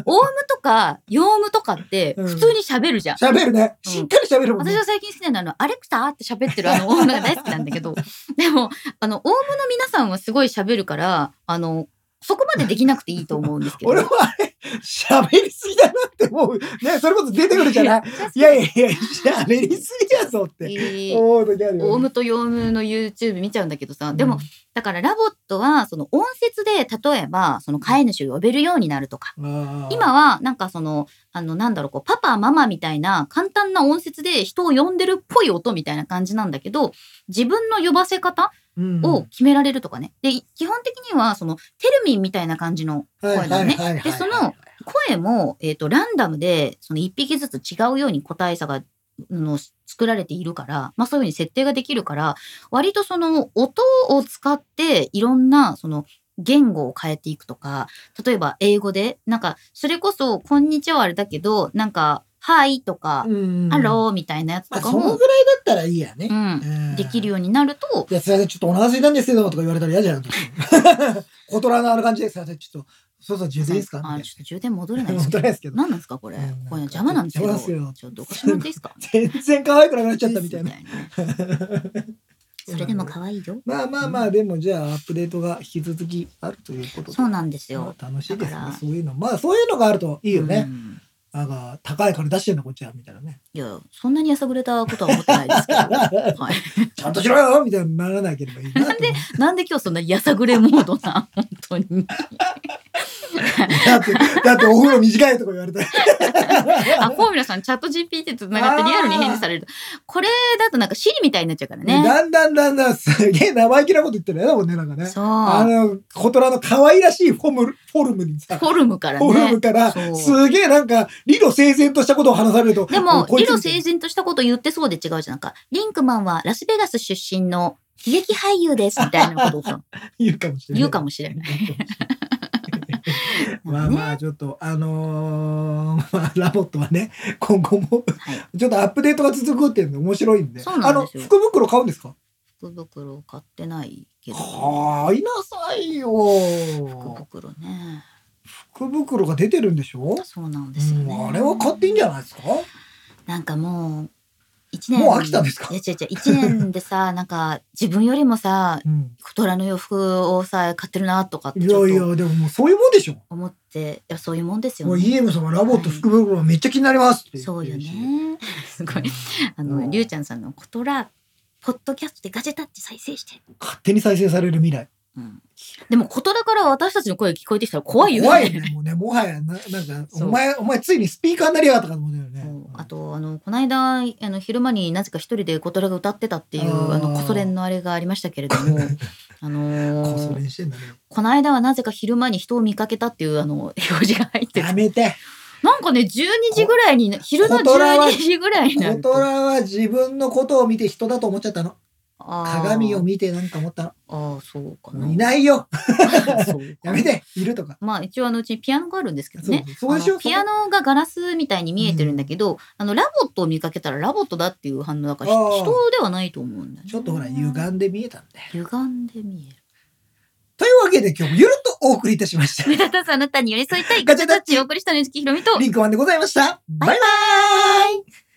C: オウムとか、ヨウムとかって、
B: うん
C: 普通に喋るじゃん。
B: 喋るね。しっかり喋るもん
C: 私
B: ね。
C: は最近好きなのは、あのアレクサって喋ってるあの オウムが大好きなんだけど、でも、あの、オウムの皆さんはすごい喋るから、あの、そこまでできなくていいと思うんですけど。
B: 俺はあれ喋りすぎだなって思う。ねそれこそ出てくるじゃない。いやいやいや喋りすぎやぞっ
C: え
B: て。
C: ー
B: 思う時あるよね
C: オウムとヨウムの YouTube 見ちゃうんだけどさ、で
B: う
C: も
B: ん、
C: だからラボットは、その音節で、例えば、その飼い主を呼べるようになるとか、
B: あー
C: 今はなんかそのあのなんだろうこうパパママみたいな簡単な音節で人を呼んでるっぽい音みたいな感じなんだけど自分の呼ばせ方
B: うん
C: を決められるとかね、で基本的にはそのテルミンみたいな感じの声
B: はいは
C: だね、
B: いはいはい
C: でその声も、えー、とランダムでその1匹ずつ違うように個体差があの作られているから、まあ、そういうふうに設定ができるから割とその音を使っていろんなその言語を変えていくとか例えば英語でなんかそれこそ「こんにちは」あれだけどなんかはいとか、
B: うん
C: ハローみたいなやつ
B: ま
C: と
B: あ、
C: か
B: その
C: も
B: ぐ、らいだったらいいやね
C: う。ん、
B: うん
C: できるようになると、
B: いや、すいません、ちょっとお腹空いたんですけど、とか言われたら嫌じゃん。 コトラのある感じですいません、ちょっと、そうそう、充電いいですかみたい
C: あ、
B: な
C: ちょっと充電戻れないです
B: 本当
C: けど。
B: ですけど。
C: 何なんですかこれ、
B: うん
C: これ邪魔なんですけど
B: 邪魔ですよ
C: ちょっとおかしもらっていいですか
B: 全然可愛くなくなっちゃったみたいな。
C: それでも可愛いよ
B: まあまあまあ、でもじゃあアップデートが引き続きあるということで。
C: そうなんですよ
B: まあ楽しいですね
C: だから。
B: そういうの。まあそういうのがあるといいよね
C: う。ん
B: なんか高いから出してんのこっちはみたいなね。
C: いやそんなにやさぐれたことは思ってないで すけどはい
B: ちゃんとしろよみたいにならなければいいなと思う。
C: なんで今日そんなやさぐれモードなん本当に。
B: だって、だってお風呂短いとか言われたら。
C: あ、フォーミュラさん、チャット GPT と繋がってリアルに返事される。これだとなんか Siri みたいになっちゃうからね。
B: だんだんだんだんすげえ生意気なこと言ってるやだもんね、なんかね。
C: そ
B: あ
C: う。
B: の、コトラの可愛らしいフォームル、フォルムにさ、
C: フォルムから
B: フォルム
C: ね。
B: から、
C: そう
B: すげえなんか、理路整然としたことを話されると。
C: でも、
B: こい
C: 理
B: つ
C: 路整然としたこと言ってそうで違うじゃん。なんか、リンクマンはラスベガス出身の喜劇俳優ですみたいなことをさ
B: 言うかもしれない。
C: 言うかもしれない。
B: まあまあちょっとあのーまあラボットはね今後も
C: はい。
B: ちょっとアップデートが続くっていうの面白いんで
C: そうなんです
B: あ
C: よ
B: の福袋買うんですか
C: 福袋買ってないけど。
B: 買いなさいよ
C: 福袋ね。
B: 福袋が出てるんでしょ、
C: そうなんですよ
B: う
C: ね。
B: ん、あれは買っていいんじゃ
C: い
B: ないですか
C: なんかもう、一年。
B: もう飽きたんですか
C: いや違う違う、一年で さ、なんか自分よりもさ、
B: うん
C: コトラの洋服をさ買ってるなとかって
B: い
C: ち
B: や
C: ょっ
B: い
C: と
B: やでももうそういうもんでしょ
C: 思っていやそういうもんです
B: も
C: よ
B: う
C: ね。
B: イエムさんはラボット福袋がめっちゃ気になりますって言って
C: そうよ
B: るし
C: ね。すごいあ
B: う
C: の
B: ん
C: りゅうちゃんさんのコトラポッドキャストでガジェタッチ再生して。
B: 勝手に再生される未来
C: うん、でもコトラから私たちの声聞こえてきたら怖いよね。
B: 怖いよねもうねもはやななんか
C: そう
B: お前お前ついにスピーカーになりやがったかと思うんだよね
C: そうあとあのこの間あの昼間になぜか一人でコトラが歌ってたっていう
B: あー
C: あのコソ連のあれがありましたけれど もあの
B: こそ
C: ー
B: 練してんだね
C: この間はなぜか昼間に人を見かけたっていうあの表示が入ってて
B: やめて
C: なんかね、12時ぐらいに、昼の
B: コトラは
C: 12時ぐらいにな
B: コ
C: る
B: ト
C: と。
B: ラは自分のことを見て人だと思っちゃったの
C: あー
B: 鏡を見てなんか思った
C: ああ、そうかな。
B: のい ないよ
C: そうか
B: やめているとか
C: まあ一応あのうちにピアノがあるんですけどね。
B: そうそうでしょ
C: あのピアノがガラスみたいに見えてるんだけど、あのラボットを見かけたらラボットだっていう反応だから
B: あー
C: ひ人ではないと思うんだよね。
B: ちょっとほら歪んで見えたんで
C: 歪んで見 える。
B: というわけで今日もゆるっとお送りいたしました
C: 目立たずあなたに寄り添いたい。ガ
B: ガチ
C: チャ
B: ャ
C: タ
B: タ
C: ッ
B: ッ
C: チ
B: チ
C: お送りしたのにひろみと。
B: リンクマンでございましたバイバイ
C: バイ